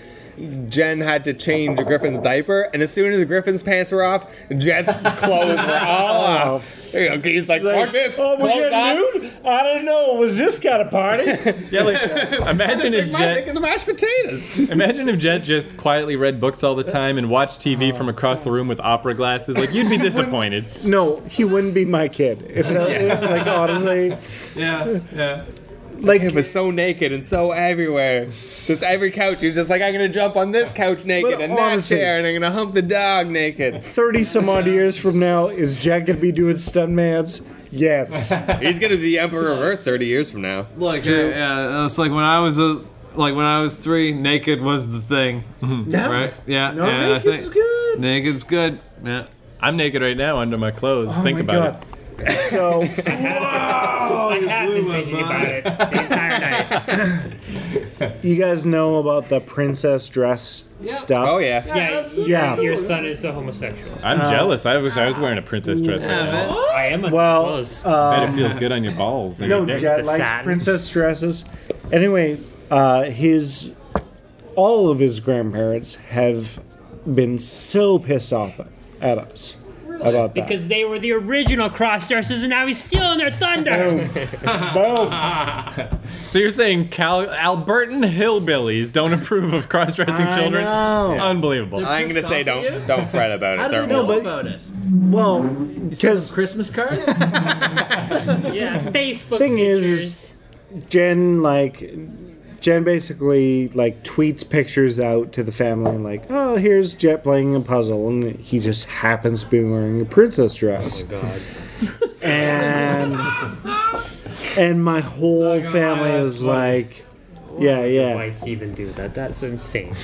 Speaker 13: Jen had to change Griffin's diaper. And as soon as Griffin's pants were off, [laughs] Jet's clothes were all off. You know, Oh. He's like, "Fuck this!"
Speaker 10: Oh, we're
Speaker 13: clothes off."
Speaker 10: getting nude? I don't know. Was this kind of party? [laughs]
Speaker 6: Yeah, like, [laughs] imagine if
Speaker 13: Mike
Speaker 6: Jet.
Speaker 13: making the mashed potatoes.
Speaker 6: Imagine if Jet just quietly read books all the time and watched TV from across the room with opera glasses. Like you'd be disappointed.
Speaker 10: No, he wouldn't be my kid. If that, like honestly,
Speaker 20: Yeah, yeah.
Speaker 10: Like
Speaker 13: it was so naked and so everywhere. Just every couch, he was just like, "I'm gonna jump on this couch naked and
Speaker 10: honestly-
Speaker 13: that chair, and I'm gonna hump the dog naked."
Speaker 10: thirty some odd years from now, is Jack gonna be doing stuntmans? [laughs] Yes.
Speaker 13: He's gonna be the emperor of Earth 30 years from now.
Speaker 20: Like, uh, yeah, it's like when I was a, like when I was three, naked was the thing,
Speaker 13: Yeah.
Speaker 20: right? Yeah,
Speaker 13: No,
Speaker 20: yeah. I
Speaker 13: naked's
Speaker 20: think good. Naked's good. Yeah. Oh
Speaker 6: I'm naked right now under my clothes. Think
Speaker 10: Oh my
Speaker 6: about
Speaker 10: God. So
Speaker 3: I have been thinking about it the entire
Speaker 10: [laughs]
Speaker 3: night.
Speaker 10: you guys know about the princess dress stuff?
Speaker 13: Oh yeah.
Speaker 3: Yeah,
Speaker 10: Yeah.
Speaker 3: Your son is a homosexual.
Speaker 6: it. I'm
Speaker 10: Uh,
Speaker 6: jealous. I wish I was wearing a princess dress right now.
Speaker 3: I am a
Speaker 10: Well,
Speaker 3: uh,
Speaker 20: Uh,
Speaker 6: Bet it
Speaker 10: um,
Speaker 6: feels good on your balls. And
Speaker 10: No,
Speaker 6: your dick.
Speaker 10: Jet likes princess dresses. Anyway, uh, his all of his grandparents have been so pissed off at us about that.
Speaker 3: Because they were the original cross dressers and now he's stealing their thunder.
Speaker 6: Boom. so you're saying Cal- Albertan hillbillies don't approve of cross-dressing
Speaker 10: I
Speaker 6: children?
Speaker 10: know.
Speaker 6: Unbelievable.
Speaker 10: They're I'm gonna pissed say off at don't- you? don't fret about it. They're old.
Speaker 21: about it?
Speaker 10: Well,
Speaker 2: [laughs]
Speaker 10: because
Speaker 21: Christmas cards?
Speaker 3: [laughs] yeah, Facebook.
Speaker 10: Oh. thing is, is Jen like Jen basically like tweets pictures out to the family and like, oh, here's Jet playing a puzzle, and he just happens to be wearing a princess dress.
Speaker 22: Oh my God.
Speaker 10: and and my whole family is like, yeah, yeah.
Speaker 3: Wife even do that?
Speaker 6: [laughs]
Speaker 3: That's insane.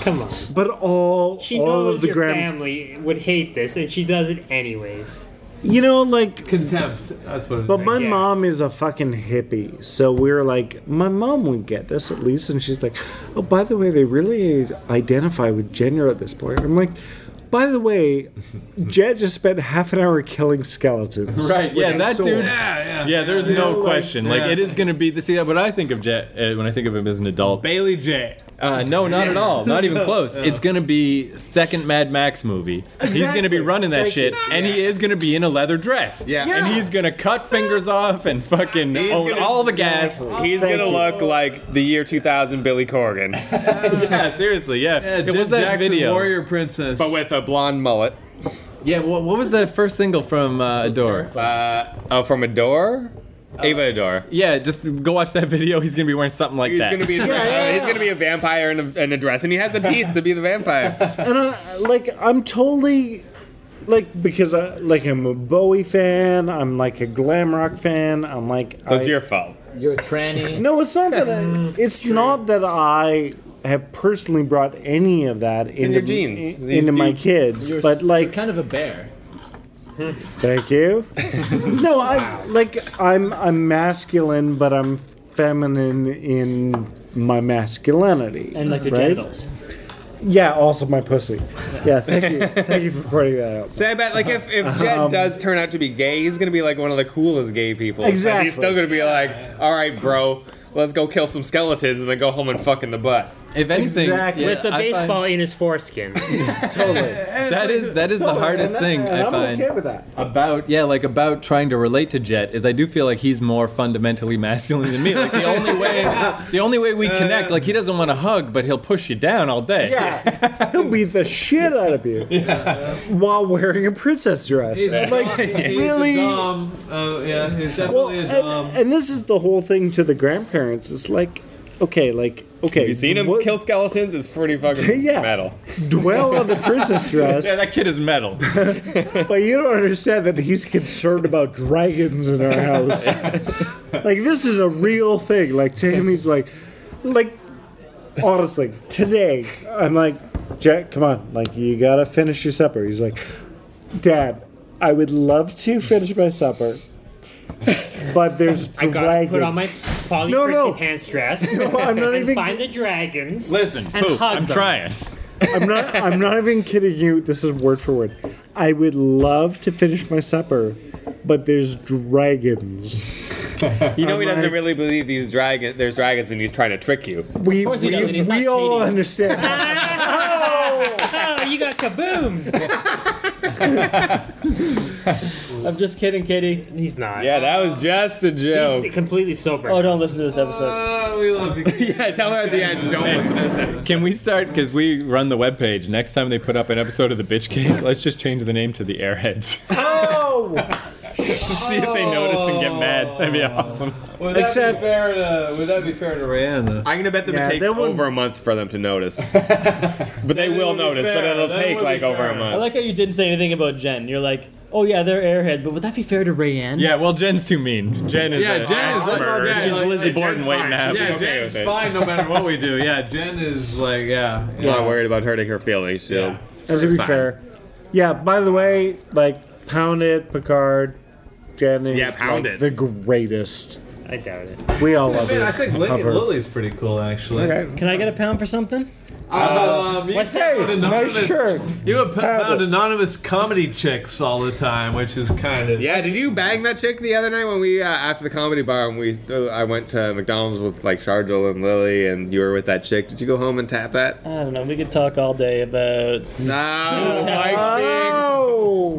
Speaker 3: Come on.
Speaker 10: But all
Speaker 3: She
Speaker 10: all
Speaker 3: knows
Speaker 10: of the
Speaker 3: your
Speaker 10: grand
Speaker 3: family would hate this, and she does it anyways.
Speaker 10: You know, like
Speaker 13: contempt. That's what.
Speaker 10: But my mom is a fucking hippie, so we were like, my mom would get this at least, and she's like, oh, by the way, they really identify with gender at this point. I'm like, by the way, Jed just spent half an hour killing skeletons.
Speaker 6: Right, yeah,
Speaker 10: With
Speaker 6: that
Speaker 10: his
Speaker 6: dude.
Speaker 10: sword.
Speaker 6: Yeah, there's
Speaker 10: You know,
Speaker 6: no
Speaker 10: like-
Speaker 6: question. Like,
Speaker 10: Yeah.
Speaker 6: it is gonna be. See, what I think of Jet uh, when I think of him as an adult. Bailey J. Uh, no, not at all. Not even close.
Speaker 13: No.
Speaker 6: It's gonna be second Mad Max movie. He's gonna be running that
Speaker 13: Like-
Speaker 6: shit, and he is gonna be in a leather dress. Yeah. And he's gonna cut fingers off and fucking
Speaker 23: He's
Speaker 6: own
Speaker 23: gonna-
Speaker 6: all the gas.
Speaker 23: He's gonna look like the year 2000 Billy Corgan.
Speaker 6: yeah, seriously, yeah.
Speaker 23: yeah
Speaker 6: It was that video.
Speaker 23: Warrior
Speaker 13: Princess,
Speaker 23: but with a blonde mullet.
Speaker 6: Yeah, what, what was the first single from uh, Adore?
Speaker 23: Uh, oh, from Adore?
Speaker 13: Uh,
Speaker 23: Ava Adore.
Speaker 6: Yeah, just go watch that [laughs] video. He's gonna be wearing something like
Speaker 23: He's
Speaker 6: that.
Speaker 23: gonna [laughs] be a, uh, he's gonna be a vampire in a, in a dress, and he has the teeth to be the [laughs] vampire.
Speaker 10: and I, like I'm totally like because I like I'm a Bowie fan, I'm like a glam rock fan, I'm like
Speaker 23: So it's
Speaker 10: I-
Speaker 23: your fault.
Speaker 21: You're a
Speaker 10: [laughs]
Speaker 21: tranny.
Speaker 10: No, it's not that. I, it's not that I have personally brought any of that
Speaker 21: in
Speaker 10: into
Speaker 21: your genes.
Speaker 10: in-
Speaker 21: You
Speaker 10: into my
Speaker 21: do-
Speaker 10: kids,
Speaker 21: you're
Speaker 10: but
Speaker 21: s-
Speaker 10: like
Speaker 21: kind of a bear. [laughs]
Speaker 10: Thank you. no, I like I'm I'm masculine, but I'm feminine in my masculinity.
Speaker 2: And like your
Speaker 10: right?
Speaker 2: genitals.
Speaker 10: Yeah, also my pussy. Yeah, thank you. thank you for pointing that out.
Speaker 23: So I bet, like, if, if Jed
Speaker 10: Um,
Speaker 23: does turn out to be gay, he's gonna be like one of the coolest gay people. 'Cause
Speaker 10: Exactly.
Speaker 23: He's still gonna be like, all right, bro, let's go kill some skeletons and then go home and fuck in the butt.
Speaker 6: If anything, Exactly.
Speaker 3: With the baseball in his foreskin.
Speaker 6: That is
Speaker 23: [laughs]
Speaker 6: that is the
Speaker 3: Totally,
Speaker 6: hardest
Speaker 3: and that-
Speaker 6: thing
Speaker 3: and
Speaker 6: I
Speaker 3: I'm
Speaker 6: find
Speaker 3: okay with that.
Speaker 6: about yeah like about trying to relate to Jet is I do feel like he's more fundamentally [laughs] masculine than me. Like the only way the only way we connect like he doesn't want to hug but he'll push you down all day.
Speaker 10: Yeah, he'll beat the shit out of you while wearing a princess dress.
Speaker 13: He's
Speaker 6: [laughs]
Speaker 10: like really.
Speaker 13: He's a dom. Uh, yeah, he's
Speaker 10: Well,
Speaker 13: definitely a dom.
Speaker 10: and, and this is the whole thing to the grandparents. It's like, okay, like, okay.
Speaker 23: Have you seen him
Speaker 10: what-
Speaker 23: kill skeletons? It's pretty fucking
Speaker 10: [laughs] Yeah.
Speaker 23: metal.
Speaker 10: [laughs] Dwell on the princess dress.
Speaker 6: Yeah, that kid is metal.
Speaker 10: but you don't understand that he's concerned about dragons in our house. like this is a real thing. Like to him, he's like, like honestly, today I'm like, Jack, come on, like you gotta finish your supper. He's like, Dad, I would love to finish my supper, [laughs] but there's
Speaker 3: I gotta
Speaker 10: dragons.
Speaker 3: put on my Polly
Speaker 10: No, no.
Speaker 3: pants dress.
Speaker 10: No, I'm not
Speaker 3: and
Speaker 10: even-
Speaker 3: Find the dragons.
Speaker 10: Listen,
Speaker 3: and
Speaker 10: Poop,
Speaker 3: hug
Speaker 10: I'm
Speaker 3: them.
Speaker 10: trying. I'm not. I'm not even kidding you. This is word for word. I would love to finish my supper, but there's dragons.
Speaker 23: You know
Speaker 10: I'm
Speaker 23: he doesn't
Speaker 10: like,
Speaker 23: really believe these dragon. There's dragons, and he's trying to trick you.
Speaker 10: We, we, we
Speaker 17: [laughs]
Speaker 10: all understand.
Speaker 3: Oh, oh, you got [laughs] kaboomed.
Speaker 2: I'm just kidding, Katie.
Speaker 3: He's not.
Speaker 23: Yeah, that was just a joke.
Speaker 3: He's completely sober.
Speaker 2: Oh, don't listen to this episode.
Speaker 13: we love you.
Speaker 23: [laughs] yeah, tell her at the end. Don't listen to this. episode.
Speaker 6: Can we start because we run the webpage next time they put up an episode of the Bitch Cake? Let's just change the name to the Airheads.
Speaker 10: Oh!
Speaker 6: [laughs] See if they notice and get mad. That'd be awesome.
Speaker 13: Would that
Speaker 10: Except-
Speaker 13: be fair to? Would that be fair to Rayanne? Though?
Speaker 23: I'm gonna bet them
Speaker 13: Yeah,
Speaker 23: it takes
Speaker 13: that
Speaker 23: over a month for them to
Speaker 6: [laughs]
Speaker 23: notice. but they will notice. But it'll take like over a
Speaker 2: I
Speaker 23: month.
Speaker 2: like how you didn't say anything about Jen. You're like, oh yeah, they're airheads, but would that be fair to Rayanne?
Speaker 6: Yeah, well, Jen's too mean. Jen is
Speaker 2: Yeah,
Speaker 6: a
Speaker 2: Jen is like-
Speaker 6: Asperger.
Speaker 2: yeah,
Speaker 6: She's
Speaker 2: like-
Speaker 6: Lizzie
Speaker 2: like,
Speaker 6: Borden
Speaker 2: Jen's
Speaker 6: waiting to
Speaker 2: fine.
Speaker 6: happen.
Speaker 13: Yeah,
Speaker 23: okay
Speaker 13: Jen's
Speaker 23: with it.
Speaker 13: fine no matter what we do. Yeah, Jen is like, yeah.
Speaker 23: I'm not worried about hurting her feelings. She'll.
Speaker 10: And to
Speaker 23: she's
Speaker 10: be
Speaker 23: fine.
Speaker 10: fair, yeah. By the way, like pound it, Picard, Jennings.
Speaker 23: Yeah, Pound
Speaker 10: like,
Speaker 23: It.
Speaker 10: The greatest.
Speaker 3: I doubt it.
Speaker 10: We all love
Speaker 13: Man,
Speaker 10: it.
Speaker 13: I think Lady
Speaker 10: Love her.
Speaker 13: Lily's pretty cool, actually.
Speaker 2: Can I get a pound for something?
Speaker 13: Um, you
Speaker 2: What's
Speaker 13: pound
Speaker 2: that?
Speaker 13: anonymous-
Speaker 2: My shirt.
Speaker 13: You have pound anonymous comedy chicks all the time, which is kind of
Speaker 23: Yeah, did you bang that chick the other night when we uh, after the comedy bar and we uh, I went to McDonald's with like Sharjil and Lily and you were with that chick? Did you go home and tap that?
Speaker 2: I don't know. We could talk all day about.
Speaker 23: No,
Speaker 2: Mike's
Speaker 23: being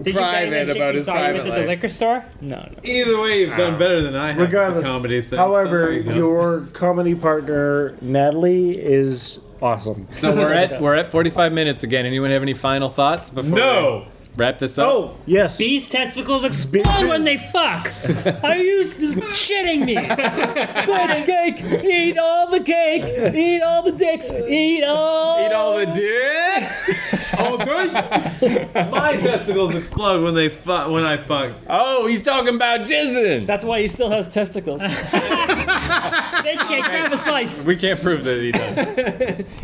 Speaker 3: Did you bang that chick
Speaker 13: private about
Speaker 3: you
Speaker 13: his
Speaker 3: saw you
Speaker 13: private
Speaker 3: went to the
Speaker 13: life.
Speaker 3: liquor store?
Speaker 16: No, no.
Speaker 17: Either way, you've done better than I have.
Speaker 10: Regardless,
Speaker 17: with the comedy thing.
Speaker 10: however, your comedy partner Natalie is awesome.
Speaker 6: So we're at we're at 45 minutes again. Anyone have any final thoughts before we
Speaker 10: No.
Speaker 6: wrap this up? Oh,
Speaker 10: yes.
Speaker 3: These testicles explode when they fuck. Are you s- shitting me?
Speaker 2: Bitch cake! Eat all Oh, the cake! Eat all the dicks! Eat all Eat all
Speaker 13: the dicks!
Speaker 6: [laughs]
Speaker 17: all My testicles explode when they fu- when I fuck.
Speaker 6: Oh, he's talking about jizzing.
Speaker 16: That's why he still has testicles.
Speaker 3: Bitch cake, grab a slice.
Speaker 6: We can't prove that he does.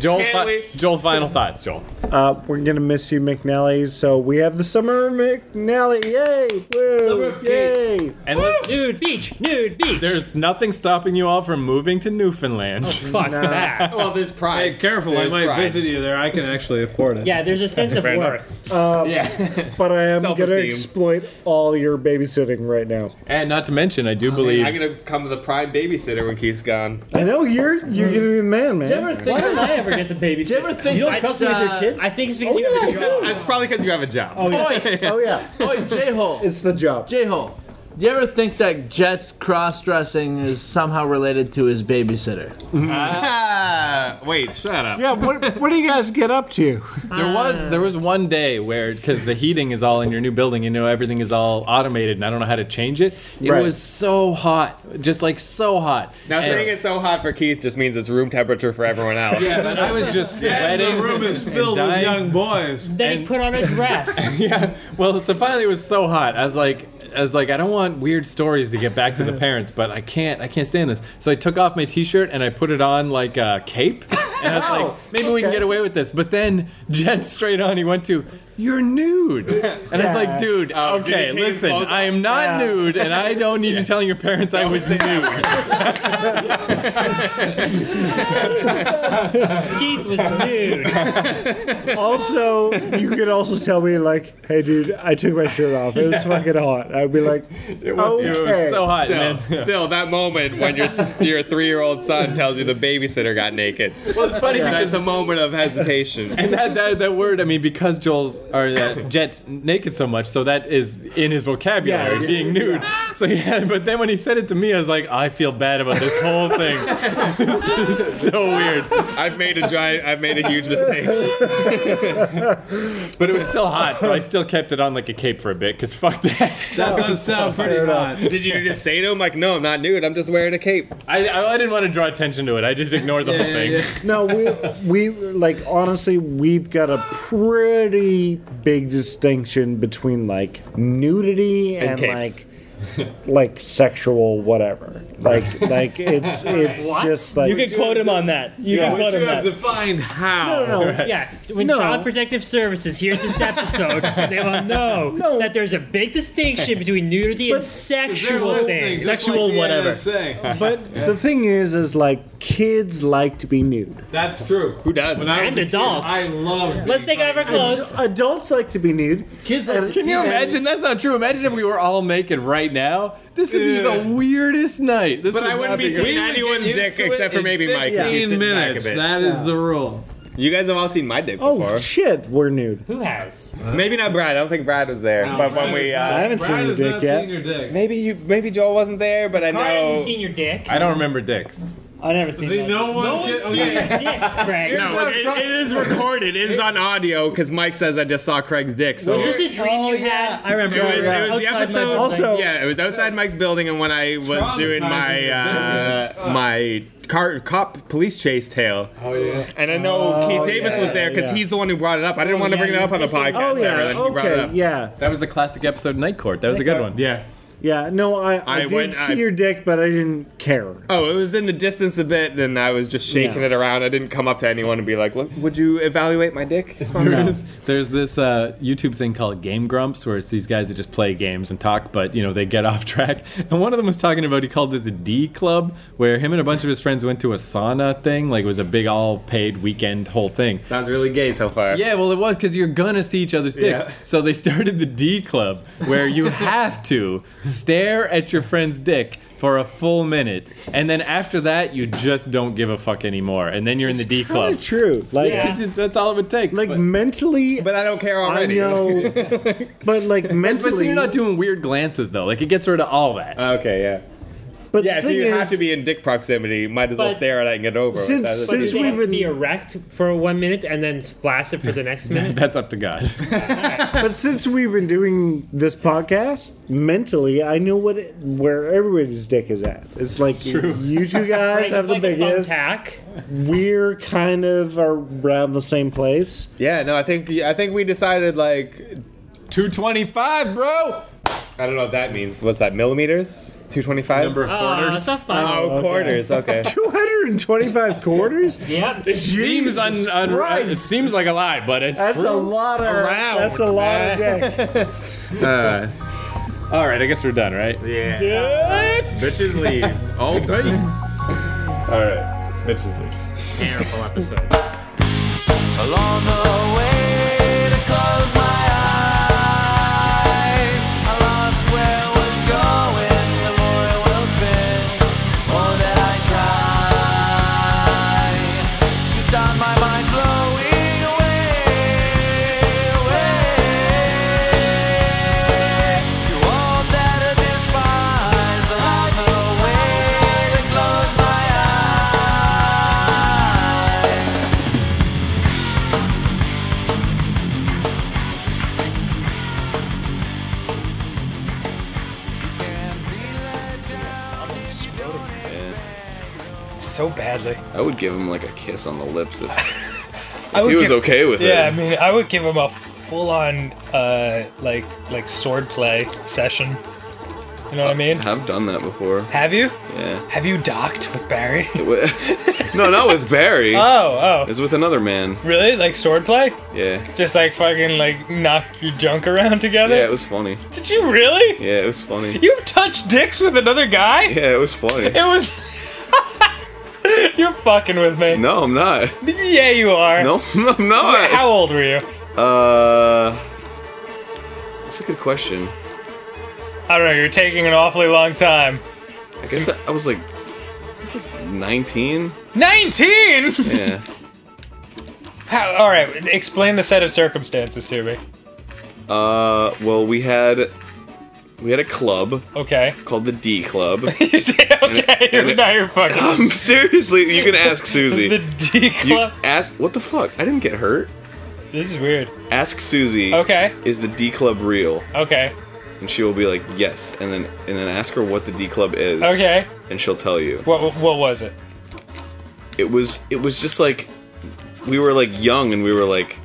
Speaker 23: [laughs]
Speaker 6: Joel,
Speaker 3: Can't
Speaker 6: fi-
Speaker 3: we?
Speaker 6: Joel, final thoughts, Joel.
Speaker 10: Uh, we're gonna miss you, McNally. So we have the summer of McNally. Yay! Woo! Yay!
Speaker 6: And let's, nude beach, nude beach. There's nothing stopping you all from moving to Newfoundland. Oh,
Speaker 3: fuck
Speaker 17: No.
Speaker 3: [laughs]
Speaker 17: that.
Speaker 13: Well, there's pride.
Speaker 17: Hey, careful!
Speaker 6: There's
Speaker 17: I might
Speaker 6: pride.
Speaker 17: visit you there. I can actually afford it.
Speaker 3: Yeah, there's a sense of
Speaker 17: Fair enough.
Speaker 3: worth.
Speaker 10: Um, But I am gonna
Speaker 13: Self-esteem.
Speaker 10: exploit all your babysitting right now.
Speaker 6: And not to mention, I do
Speaker 13: I'm gonna come to the prime babysitter when Keith's gone.
Speaker 10: I know you're you're gonna be the man, man.
Speaker 13: Why did I ever
Speaker 3: get the baby? Oh,
Speaker 13: Do you ever think
Speaker 2: don't trust me with your [laughs] kids?
Speaker 3: I think it's
Speaker 2: because you have a job.
Speaker 13: It's probably because you have a job.
Speaker 2: Oh yeah.
Speaker 10: oh yeah.
Speaker 2: Oi, J-hole.
Speaker 10: It's the job.
Speaker 2: J-hole. Do you ever think that Jet's cross-dressing is somehow related to his babysitter?
Speaker 13: Ah, wait, shut up.
Speaker 10: Yeah, what, what do you guys get up to?
Speaker 6: There was there was one day where because the heating is all in your new building, you know everything is all automated, and I don't know how to change it. It
Speaker 13: Right.
Speaker 6: was so hot, just like so hot.
Speaker 13: Now
Speaker 6: And-
Speaker 13: saying it's so hot for Keith just means it's room temperature for everyone else.
Speaker 6: Yeah, but I was just sweating. and dying.
Speaker 17: boys.
Speaker 3: Then he put on a dress.
Speaker 6: yeah. [laughs] Well, so finally it was so hot. I was like, I was like, I don't want weird stories to get back to
Speaker 13: [laughs]
Speaker 6: the parents, but I can't, I can't stand this. So I took off my T-shirt and I put it on like a cape, and I was like, maybe we can get away with this. But then Jen straight on, he went to. You're nude, and I was like, "Dude,
Speaker 13: Oh, did he
Speaker 6: okay,
Speaker 13: take his
Speaker 6: listen,
Speaker 13: clothes off?
Speaker 6: I am not
Speaker 13: Yeah.
Speaker 6: nude, and I don't need you telling your parents I was nude."
Speaker 3: Keith was nude.
Speaker 10: [laughs] also, you could also tell me like, "Hey, dude, I took my shirt off. It was fucking hot." I'd be like, "Okay."
Speaker 13: It was so
Speaker 6: hot,
Speaker 13: still,
Speaker 6: man.
Speaker 13: [laughs] Still, that moment when your
Speaker 6: [laughs]
Speaker 13: your three year old son tells you the babysitter got naked.
Speaker 6: Well, it's funny
Speaker 13: that's
Speaker 6: because-
Speaker 13: a moment of hesitation.
Speaker 6: And that, that that word, I mean, because Joel's or uh, Jet's naked so much, so that is in his vocabulary,
Speaker 13: Yeah, yeah,
Speaker 6: being nude. So yeah, but then when he said it to me, I was like, I feel bad about this whole
Speaker 13: [laughs]
Speaker 6: thing. this is so weird.
Speaker 13: I've made a giant. I've made a huge mistake.
Speaker 6: [laughs] but it was still hot, so I still kept it on like a cape for a bit. Cause fuck that.
Speaker 13: That does sound
Speaker 6: pretty hot.
Speaker 13: Did you just say to him like, "No, I'm not nude. I'm just wearing a cape."
Speaker 6: I, I, didn't want to draw attention to it. I just ignored the whole thing.
Speaker 10: no, we we like honestly, we've got a pretty big distinction between like nudity
Speaker 6: And
Speaker 10: and,
Speaker 6: capes.
Speaker 10: like like sexual whatever. Like like it's it's just like
Speaker 16: you can quote him on that. You
Speaker 10: Yeah.
Speaker 16: can quote
Speaker 10: Would
Speaker 16: him
Speaker 10: you
Speaker 16: that.
Speaker 10: have
Speaker 17: defined how.
Speaker 10: No, no,
Speaker 3: [laughs]
Speaker 10: no.
Speaker 3: Yeah, when
Speaker 10: No.
Speaker 3: Child Protective Services hears this episode, they will know that there's a big distinction between nudity and sexual things.
Speaker 13: [laughs]
Speaker 10: But the thing is, is like kids like to be nude.
Speaker 17: That's true. Who
Speaker 13: does?
Speaker 17: When I was
Speaker 3: And
Speaker 17: a kid,
Speaker 3: adults.
Speaker 17: I loved.
Speaker 3: Let's take off our clothes.
Speaker 10: Ad- Adults like to be nude.
Speaker 6: Kids, can you imagine? That's not true. Imagine if we were all naked right now. This would be the weirdest night. This
Speaker 13: But
Speaker 6: would
Speaker 13: I wouldn't
Speaker 6: not
Speaker 13: be seeing
Speaker 6: good.
Speaker 13: anyone's dick except for maybe Mike. 'cause
Speaker 17: 15
Speaker 13: he's sitting back a
Speaker 17: minutes,
Speaker 13: bit.
Speaker 17: that is Yeah. the rule.
Speaker 13: You guys have all seen my dick
Speaker 10: Oh
Speaker 13: before.
Speaker 10: shit, we're nude.
Speaker 3: Who has?
Speaker 13: Maybe not Brad. I don't think Brad was there.
Speaker 6: Oh,
Speaker 10: No,
Speaker 13: but
Speaker 10: Brad
Speaker 13: when we,
Speaker 10: is
Speaker 13: uh,
Speaker 10: not- I haven't Brad seen your has dick not yet. seen
Speaker 17: your dick.
Speaker 13: Maybe you, maybe Joel wasn't there, but I
Speaker 3: Carl
Speaker 13: know.
Speaker 3: hasn't seen your dick.
Speaker 6: I don't remember dicks.
Speaker 16: I never seen
Speaker 17: See, no one.
Speaker 3: No one's
Speaker 17: can-
Speaker 3: seen your
Speaker 17: okay.
Speaker 3: dick, Craig.
Speaker 13: No, it, it is recorded. It is on audio because Mike says I just saw Craig's dick. So
Speaker 3: Was this a dream you had? I
Speaker 13: It was, it was the episode.
Speaker 10: Also-
Speaker 13: yeah, it was outside Mike's building, and when I was doing my
Speaker 17: Traumatizing
Speaker 13: uh, my car cop police chase tale. Oh yeah. And I know
Speaker 10: Oh,
Speaker 13: Keith Davis
Speaker 10: yeah,
Speaker 13: was there because
Speaker 10: yeah.
Speaker 13: he's the one who brought it up. I
Speaker 17: Oh,
Speaker 13: didn't want to bring it up on the podcast.
Speaker 10: Oh yeah,
Speaker 13: ever, and he brought it
Speaker 10: okay,
Speaker 13: up.
Speaker 10: yeah,
Speaker 6: That was the classic episode Night Court. That was a good one.
Speaker 13: Yeah.
Speaker 10: yeah. No, I, I,
Speaker 13: I
Speaker 10: did
Speaker 13: went-
Speaker 10: see
Speaker 13: I-
Speaker 10: your dick, but I didn't care.
Speaker 13: Oh, it was in the distance a bit, and I was just shaking
Speaker 10: Yeah.
Speaker 13: it around. I didn't come up to anyone and be like, "Look, would you evaluate my dick?" [laughs]
Speaker 6: [laughs] There is, there's this uh, YouTube thing called Game Grumps where it's these guys that just play games and talk, but you know they get [laughs] off track. And one of them was talking about he called it the D Club, where him and a bunch of his friends went to a sauna thing, like it was a big all paid weekend whole thing.
Speaker 13: Sounds really gay so far.
Speaker 6: Yeah, well it was because you're gonna see each other's dicks.
Speaker 13: Yeah.
Speaker 10: [laughs]
Speaker 6: So they started the D Club where you have to
Speaker 24: stare at your friend's dick for a full minute, and then after that, you just don't give a fuck anymore, and then you're in the D
Speaker 10: Kinda
Speaker 24: club.
Speaker 10: true. Like
Speaker 24: Yeah. 'Cause that's all it would take.
Speaker 10: Like mentally,
Speaker 25: but I don't care already.
Speaker 10: I know, but like
Speaker 24: But- But so
Speaker 10: mentally,
Speaker 24: you're not doing weird glances though. Like it gets rid of all that.
Speaker 25: Okay, yeah.
Speaker 10: But
Speaker 25: yeah, if
Speaker 10: thing
Speaker 25: you have
Speaker 10: is-
Speaker 25: to be in dick proximity, you might as well
Speaker 26: But-
Speaker 25: stare at it and get over it. That's-
Speaker 26: but you have to be erect for one minute and then flash it for the
Speaker 10: [laughs]
Speaker 26: next minute.
Speaker 24: That's up to God.
Speaker 10: but since we've been doing this podcast, mentally, I know what it, where everybody's dick is at. It's like
Speaker 26: true.
Speaker 10: you two guys
Speaker 26: Frank's
Speaker 10: have the
Speaker 26: like a
Speaker 10: biggest.
Speaker 26: thumbtack.
Speaker 10: We're kind of around the same place.
Speaker 25: [laughs]
Speaker 10: [laughs]
Speaker 25: Yeah, no, I think I think we decided like 225, bro. I don't know what that means. What's that? Millimeters? 225? Number
Speaker 10: of Oh,
Speaker 26: Ah,
Speaker 10: quarters? that's not
Speaker 24: Ah,
Speaker 10: fine.
Speaker 25: Oh,
Speaker 10: Oh, okay.
Speaker 25: quarters. Okay.
Speaker 10: 225 quarters?
Speaker 26: yeah.
Speaker 24: It [laughs] seems un, un, uh,
Speaker 10: Christ.
Speaker 24: it seems like a lie, but it's
Speaker 10: That's
Speaker 24: true.
Speaker 10: a lot of
Speaker 24: Around,
Speaker 10: that's a lot of
Speaker 24: man.
Speaker 10: dick.
Speaker 24: [laughs] Uh, all right, I guess we're done, right? Yeah. Bitches leave. all day. [laughs] All right. Bitches leave.
Speaker 27: Terrible episode.
Speaker 28: Along the way to close my eyes, I lost where I was going. The more I will spin, more that I try. You start my mind blowing away, away. You all that I despise along the way to close my eyes.
Speaker 3: So badly.
Speaker 6: I would give him like a kiss on the lips
Speaker 3: [laughs]
Speaker 6: if, if
Speaker 3: I would
Speaker 6: he was
Speaker 3: give-
Speaker 6: okay with
Speaker 3: Yeah, I
Speaker 6: it.
Speaker 3: mean, I would give him a full-on uh, like like sword play session. You know what I mean?
Speaker 6: I've done that before.
Speaker 3: Have you?
Speaker 6: Yeah.
Speaker 3: Have you docked with Barry?
Speaker 6: It wa- [laughs] no, not with Barry.
Speaker 3: [laughs] Oh,
Speaker 6: oh. It's with another man.
Speaker 3: Really? Like sword play?
Speaker 6: Yeah.
Speaker 3: Just like fucking like knock your junk around together?
Speaker 6: Yeah, it was funny.
Speaker 3: Did you really?
Speaker 6: Yeah, it was funny.
Speaker 3: You touched dicks with another guy?
Speaker 6: Yeah, it was funny.
Speaker 3: It was. [laughs] You're fucking with me.
Speaker 6: No, I'm not.
Speaker 3: Yeah, you are.
Speaker 6: No, [laughs] no, I'm not.
Speaker 3: How old were you?
Speaker 6: Uh, that's a good question.
Speaker 3: I don't know. You're taking an awfully long time.
Speaker 6: I guess I, I was like, I was like 19.
Speaker 3: 19?
Speaker 6: Yeah.
Speaker 3: [laughs] How, all right, explain the set of circumstances to me.
Speaker 6: Uh, well, we had we had a club.
Speaker 3: Okay. [laughs]
Speaker 6: Called the D Club.
Speaker 13: [laughs]
Speaker 3: okay, now you're fucking.
Speaker 6: [laughs] I'm seriously. You can ask Susie.
Speaker 3: The D Club.
Speaker 6: ask what the fuck? I didn't get hurt.
Speaker 3: This is weird.
Speaker 6: Ask Susie.
Speaker 3: Okay.
Speaker 6: Is the D Club real?
Speaker 3: Okay.
Speaker 6: And she will be like, yes. And then and then ask her what the D Club is.
Speaker 3: Okay.
Speaker 6: And she'll tell you.
Speaker 3: What what was it?
Speaker 6: It was it was just like we were like young and we were like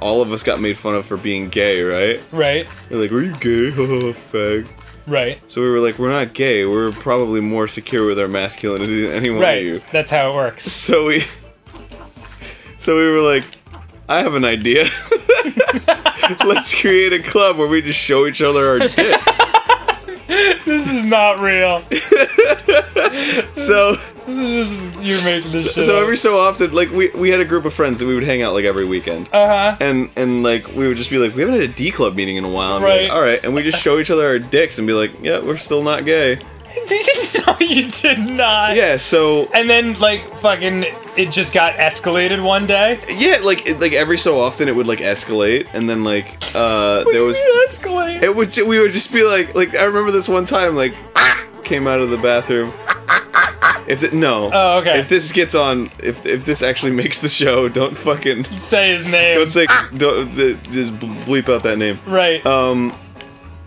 Speaker 6: all of us got made fun of for being gay, right?
Speaker 3: Right.
Speaker 6: They're like, "Are you gay? [laughs] Oh, Fag."
Speaker 3: Right.
Speaker 6: So we were like, "We're not gay. We're probably more secure with our masculinity than anyone of
Speaker 3: Right.
Speaker 6: you."
Speaker 3: That's how it works.
Speaker 6: So we, so we were like, "I have an idea. [laughs] Let's create a club where we just show each other our dicks."
Speaker 3: [laughs] this is not real.
Speaker 6: so
Speaker 3: this is, you're making this
Speaker 6: so,
Speaker 3: shit.
Speaker 6: so
Speaker 3: up.
Speaker 6: every so often, like we we had a group of friends that we would hang out like every weekend.
Speaker 3: Uh-huh.
Speaker 6: And and like we would just be like, we haven't had a D club meeting in a while. And we're
Speaker 3: Right.
Speaker 6: Like, All right, and we just show each other our dicks and be like, yeah, we're still not
Speaker 3: [laughs]
Speaker 6: gay.
Speaker 3: no, you did not.
Speaker 6: Yeah. So.
Speaker 3: And then like fucking, it just got escalated one day.
Speaker 6: Yeah, like it, like every so often it would like escalate, and then like uh there was
Speaker 3: escalate.
Speaker 6: it would ju- we would just be like like I remember this one time like came out of the bathroom. If it, no,
Speaker 3: Oh, okay.
Speaker 6: If this gets on, if if this actually makes the show, don't fucking
Speaker 3: say his name.
Speaker 6: Don't say don't uh, just bleep out that name.
Speaker 3: Right.
Speaker 6: Um,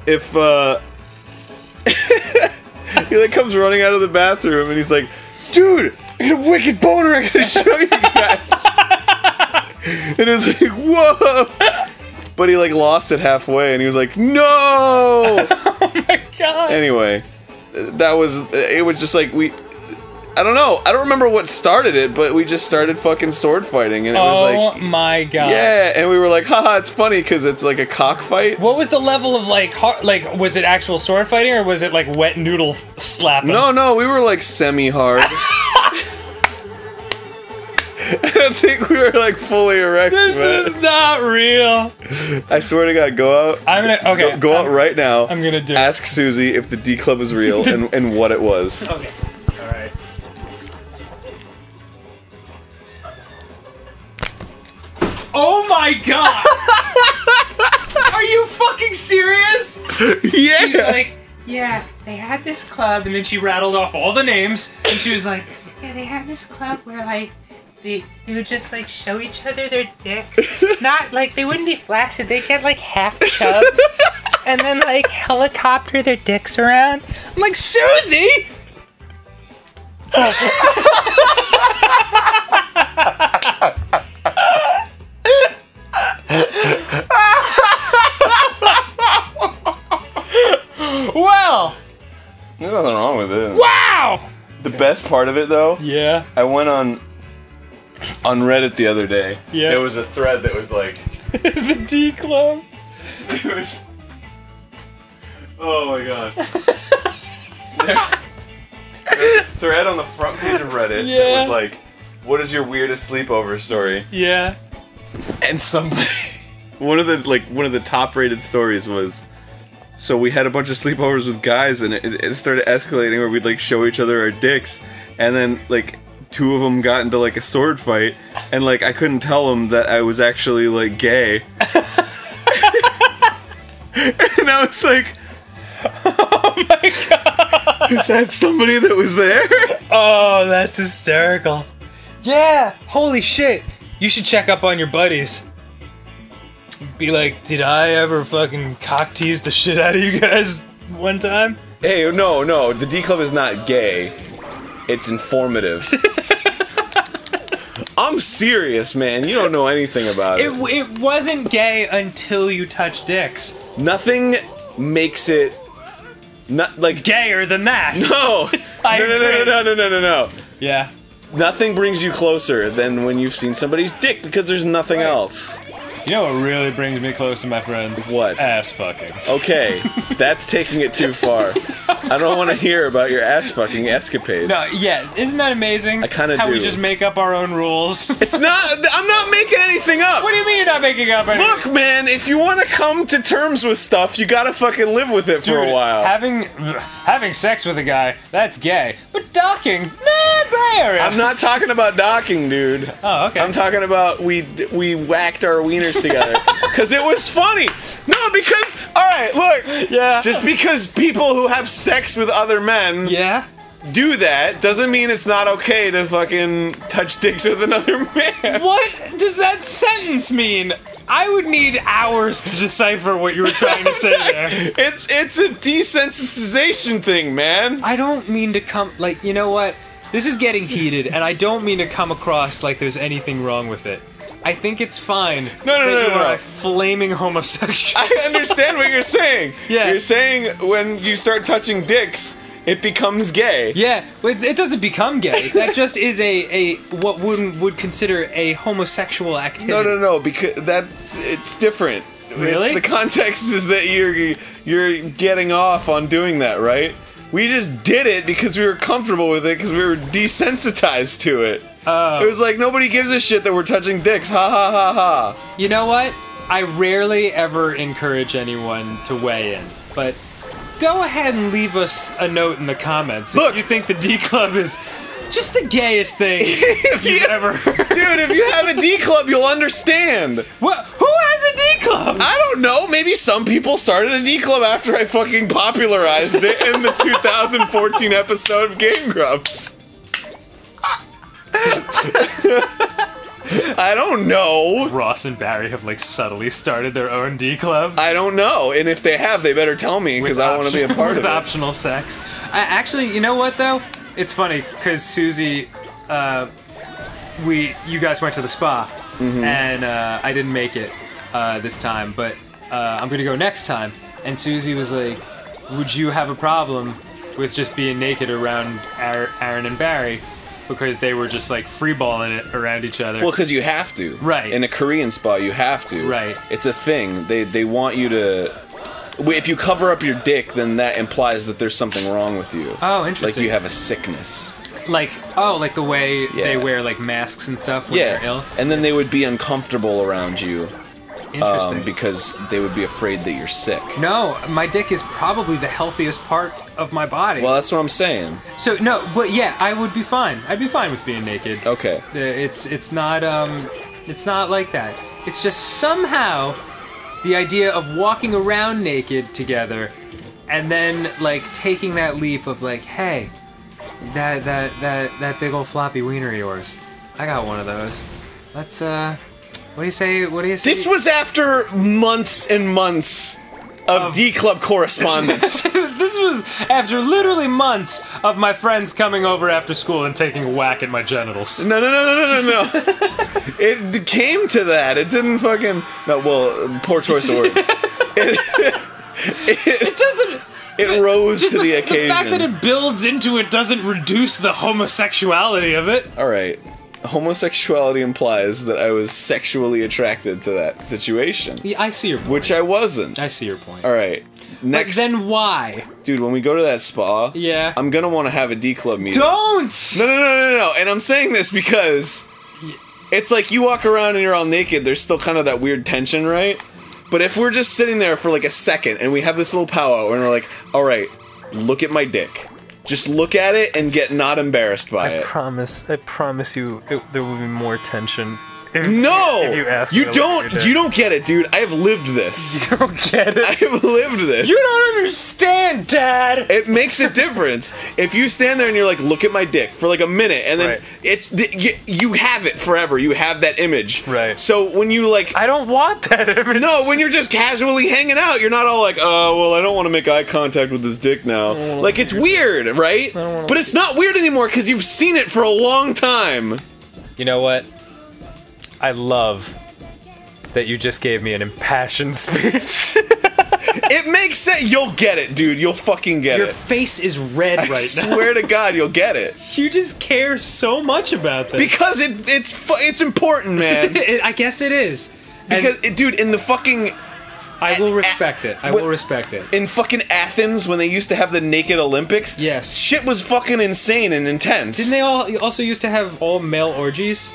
Speaker 6: if uh, [laughs] he like comes running out of the bathroom and he's like, dude, I got a wicked boner. I gotta [laughs] show you guys. [laughs] and it was like, whoa. But he like lost it halfway, and he was like, "No!" oh my
Speaker 3: god.
Speaker 6: Anyway, that was it. Was just like we, I don't know. I don't remember what started it, but we just started fucking sword fighting, and it was like,
Speaker 3: oh my god.
Speaker 6: yeah, and we were like, haha, it's funny because it's like a cockfight.
Speaker 3: What was the level of like, har- like was it actual sword fighting or was it like wet noodle f- slapping?
Speaker 13: [laughs]
Speaker 6: No, no, we were like semi hard. and think we were like fully erect.
Speaker 13: This
Speaker 6: man.
Speaker 13: is not real.
Speaker 6: I swear to God, go out.
Speaker 13: I'm gonna okay.
Speaker 6: Go, go out right now. I'm
Speaker 13: gonna do.
Speaker 6: Ask Susie if the D Club is real
Speaker 13: [laughs]
Speaker 6: and, and what it was.
Speaker 13: Okay. All right. Oh my
Speaker 6: [laughs]
Speaker 13: god! Are you fucking serious?
Speaker 6: Yeah.
Speaker 13: She's like, yeah, they had this club, and then she rattled off all the names, and she was like, yeah, they had this club where like they they would just like show each other their dicks, not like they wouldn't be flaccid, they get like half chubs, and then like helicopter their dicks around. I'm like, Susie. well,
Speaker 6: There's nothing wrong with it.
Speaker 13: Wow!
Speaker 6: The best part of it though.
Speaker 13: Yeah.
Speaker 6: I went on on Reddit the other day.
Speaker 13: Yeah.
Speaker 6: There was a thread that was like,
Speaker 13: the D Club.
Speaker 6: It was. Oh my god. There's a thread on the front page of Reddit that
Speaker 13: Yeah.
Speaker 6: was like, "What is your weirdest sleepover story?"
Speaker 13: Yeah.
Speaker 6: And somebody, [laughs] one of the like one of the top rated stories was, so we had a bunch of sleepovers with guys, and it, it started escalating where we'd like show each other our dicks, and then like two of them got into like a sword fight, and like I couldn't tell them that I was actually like
Speaker 13: [laughs]
Speaker 6: gay, and I was like. Oh my god! Is that somebody that was there?
Speaker 13: Oh, that's hysterical. Yeah, holy shit. You should check up on your buddies. Be like, did I ever fucking cock tease the shit out of you guys [laughs] one time?
Speaker 6: Hey, no, no, Oh, the D Club is not gay. It's [laughs] informative. I'm serious, man. You don't know anything about
Speaker 13: It,
Speaker 6: it.
Speaker 13: it wasn't gay until you touched dicks.
Speaker 6: Nothing makes it not like [laughs]
Speaker 13: gayer than that.
Speaker 6: No.
Speaker 13: [laughs] I
Speaker 6: no, no, no,
Speaker 13: agree.
Speaker 6: no, no, no, no, no.
Speaker 13: Yeah.
Speaker 6: Nothing brings you closer than when you've seen somebody's dick because there's nothing else.
Speaker 13: You know what really brings me close to my friends?
Speaker 6: What?
Speaker 13: Ass fucking.
Speaker 6: Okay, that's taking it too
Speaker 13: [laughs]
Speaker 6: far. I don't want to hear about your ass fucking escapades.
Speaker 13: No, yeah, isn't that amazing? I
Speaker 6: kinda
Speaker 13: How we
Speaker 6: do.
Speaker 13: just make up our own
Speaker 6: [laughs]
Speaker 13: rules.
Speaker 6: It's not. I'm not making anything up.
Speaker 13: What do you mean you're not making up anything?
Speaker 6: Look, man, if you want to come to terms with stuff, you gotta fucking live with it for a
Speaker 13: Dude,
Speaker 6: while.
Speaker 13: Having having sex with a guy, that's gay. But docking, nah, gray area.
Speaker 6: I'm not talking about docking, dude.
Speaker 13: Oh, okay.
Speaker 6: I'm talking about we we whacked our wieners together
Speaker 13: [laughs]
Speaker 6: because it was funny. No, because all right, look.
Speaker 13: Yeah.
Speaker 6: Just because people who have sex with other men.
Speaker 13: Yeah.
Speaker 6: Do that doesn't mean it's not okay to fucking touch dicks with another man.
Speaker 13: What does that sentence mean? I would need hours to decipher what you were trying to say there.
Speaker 6: [laughs] It's it's a desensitization thing, man.
Speaker 13: I don't mean to come like you know what? This is getting heated, and I don't mean to come across like there's anything wrong with it. I think it's fine.
Speaker 6: no,
Speaker 13: that
Speaker 6: no,
Speaker 13: you
Speaker 6: no,
Speaker 13: are
Speaker 6: no.
Speaker 13: a flaming homosexual.
Speaker 6: I understand what you're saying.
Speaker 13: [laughs] Yeah.
Speaker 6: You're saying when you start touching dicks, it becomes gay.
Speaker 13: Yeah, but it- it doesn't become gay. That just is a, a what one would consider a homosexual activity.
Speaker 6: No, no, no, because that's it's different. It's-
Speaker 13: Really?
Speaker 6: the context is that you're you're getting off on doing that, right? We just did it because we were comfortable with it because we were desensitized to it.
Speaker 13: Oh.
Speaker 6: It was like nobody gives a shit that we're touching dicks. Ha ha ha ha. [laughs]
Speaker 13: You know what? I rarely ever encourage anyone to weigh in, but go ahead and leave us a note in the comments. Look, if you think the [laughs] D Club is just the gayest thing [laughs] if you've ever heard.
Speaker 6: Dude, if you have a D club, you'll understand.
Speaker 13: What? Who has a D club?
Speaker 6: I don't know. Maybe some people started a D club after I fucking popularized it in the 2014 episode of Game Grumps. [laughs] I don't know.
Speaker 13: Ross and Barry have like subtly started their own D club.
Speaker 6: I don't know, and if they have, they better tell me because I want to be a part of
Speaker 13: with
Speaker 6: it.
Speaker 13: optional sex. I, actually, you know what though? It's funny because Susie, uh, we you guys went to the spa,
Speaker 6: Mhm.
Speaker 13: and uh, I didn't make it uh, this time, but uh, I'm gonna go next time. And Susie was like, "Would you have a problem with just being naked around Ar- Aaron and Barry?" Because they were just like freeballing it around each other.
Speaker 6: Well, because you have to.
Speaker 13: Right.
Speaker 6: In a Korean spa, you have to.
Speaker 13: Right.
Speaker 6: It's a thing. They they want you to. If you cover up your dick, then that implies that there's something wrong with you.
Speaker 13: Oh,
Speaker 6: Like
Speaker 13: interesting.
Speaker 6: you have a sickness.
Speaker 13: like oh, like the way they
Speaker 6: Yeah.
Speaker 13: wear like masks and stuff when
Speaker 6: yeah,
Speaker 13: they're ill.
Speaker 6: and then they would be uncomfortable around you.
Speaker 13: Interesting.
Speaker 6: um, because they would be afraid that you're sick.
Speaker 13: No, my dick is probably the healthiest part of my body.
Speaker 6: Well, that's what I'm saying.
Speaker 13: So no, but yeah, I would be fine. I'd be fine with being naked. Uh,
Speaker 6: Okay.
Speaker 13: It's it's not um, it's not like that. It's just somehow the idea of walking around naked together, and then like taking that leap of like, hey, that that that that big old floppy wiener of yours, I got one of those. Let's uh, what do you say? What do you say?
Speaker 6: This was after months and months of D Club correspondence.
Speaker 13: [laughs] this was after literally months of my friends coming over after school and taking a whack at my genitals.
Speaker 6: No, no, no, no, no, no, no. it d- came to that. It didn't fucking. No, well, poor choice of words.
Speaker 13: [laughs]
Speaker 6: It, it,
Speaker 13: doesn't.
Speaker 6: [laughs] It rose to
Speaker 13: Just
Speaker 6: the, occasion.
Speaker 13: The fact that it builds into it doesn't reduce the homosexuality of it.
Speaker 6: All right. Homosexuality implies that I was sexually attracted to that situation.
Speaker 13: Yeah, I see your point.
Speaker 6: Which I wasn't.
Speaker 13: I see your point.
Speaker 6: All right. Next.
Speaker 13: then why?
Speaker 6: Dude, when we go to that spa,
Speaker 13: yeah.
Speaker 6: I'm going to want to have a D club meeting.
Speaker 13: Don't!
Speaker 6: No, no, no, no, no. And I'm saying this because it's like you walk around and you're all naked, there's still kind of that weird tension, right? But if we're just sitting there for like a second and we have this little powwow and we're like, all right, look at my dick. Just look at it and get not embarrassed by it.
Speaker 29: promise. I
Speaker 13: [laughs]
Speaker 29: promise you, it, there will be more tension. If-
Speaker 6: No,
Speaker 29: if you ask me to look at
Speaker 6: don't.
Speaker 29: your dick.
Speaker 6: You don't get it, dude. I have lived
Speaker 29: [laughs]
Speaker 6: this. You
Speaker 13: don't get it. I
Speaker 6: have lived this.
Speaker 13: You don't understand, Dad.
Speaker 6: It makes a difference if you stand there and you're like, "Look at my dick" for like a minute, and then it's you, you have it forever. You have that image. Right. So when you like,
Speaker 29: I don't want
Speaker 13: [laughs]
Speaker 29: that image.
Speaker 6: No, when you're just casually hanging out, you're not all like, "Oh, well, I don't want to make eye contact with this dick now." Like it's weird, right? But it's not weird anymore because you've seen it for a long time.
Speaker 13: You know what?
Speaker 29: I love that you just gave me an impassioned [laughs] speech.
Speaker 6: it makes sense. You'll get it, dude. You'll fucking get
Speaker 13: Your
Speaker 6: it.
Speaker 13: face is red
Speaker 6: I
Speaker 13: right
Speaker 6: [laughs]
Speaker 13: now.
Speaker 6: swear to God, you'll get it.
Speaker 13: You just care so much about this.
Speaker 6: Because it it's fu- it's important,
Speaker 13: [laughs]
Speaker 6: man.
Speaker 13: It- I guess it is.
Speaker 6: Because it- dude, in the fucking
Speaker 13: I will respect it. I will respect it.
Speaker 6: in fucking Athens when they used to have the naked Olympics, yes, shit was fucking insane and intense.
Speaker 13: Didn't they all also used to have all male orgies?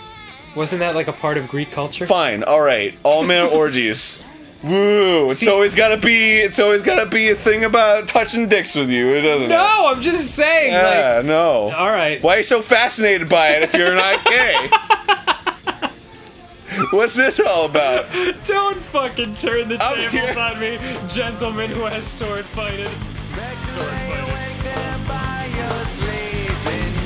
Speaker 13: Wasn't that like a part of Greek culture?
Speaker 6: Fine, all right, all
Speaker 13: [laughs]
Speaker 6: male orgies. Woo! It's
Speaker 13: See-
Speaker 6: always gotta be. It's always gotta be a thing about touching dicks with you. It doesn't.
Speaker 13: No, I'm just saying.
Speaker 6: Yeah, no.
Speaker 13: All right.
Speaker 6: Why are you so fascinated by it if you're not
Speaker 13: [laughs]
Speaker 6: gay? What's this all about?
Speaker 3: Don't fucking turn the tables on me, gentleman who has sword fighted. Sword fighted.
Speaker 30: By your sleeping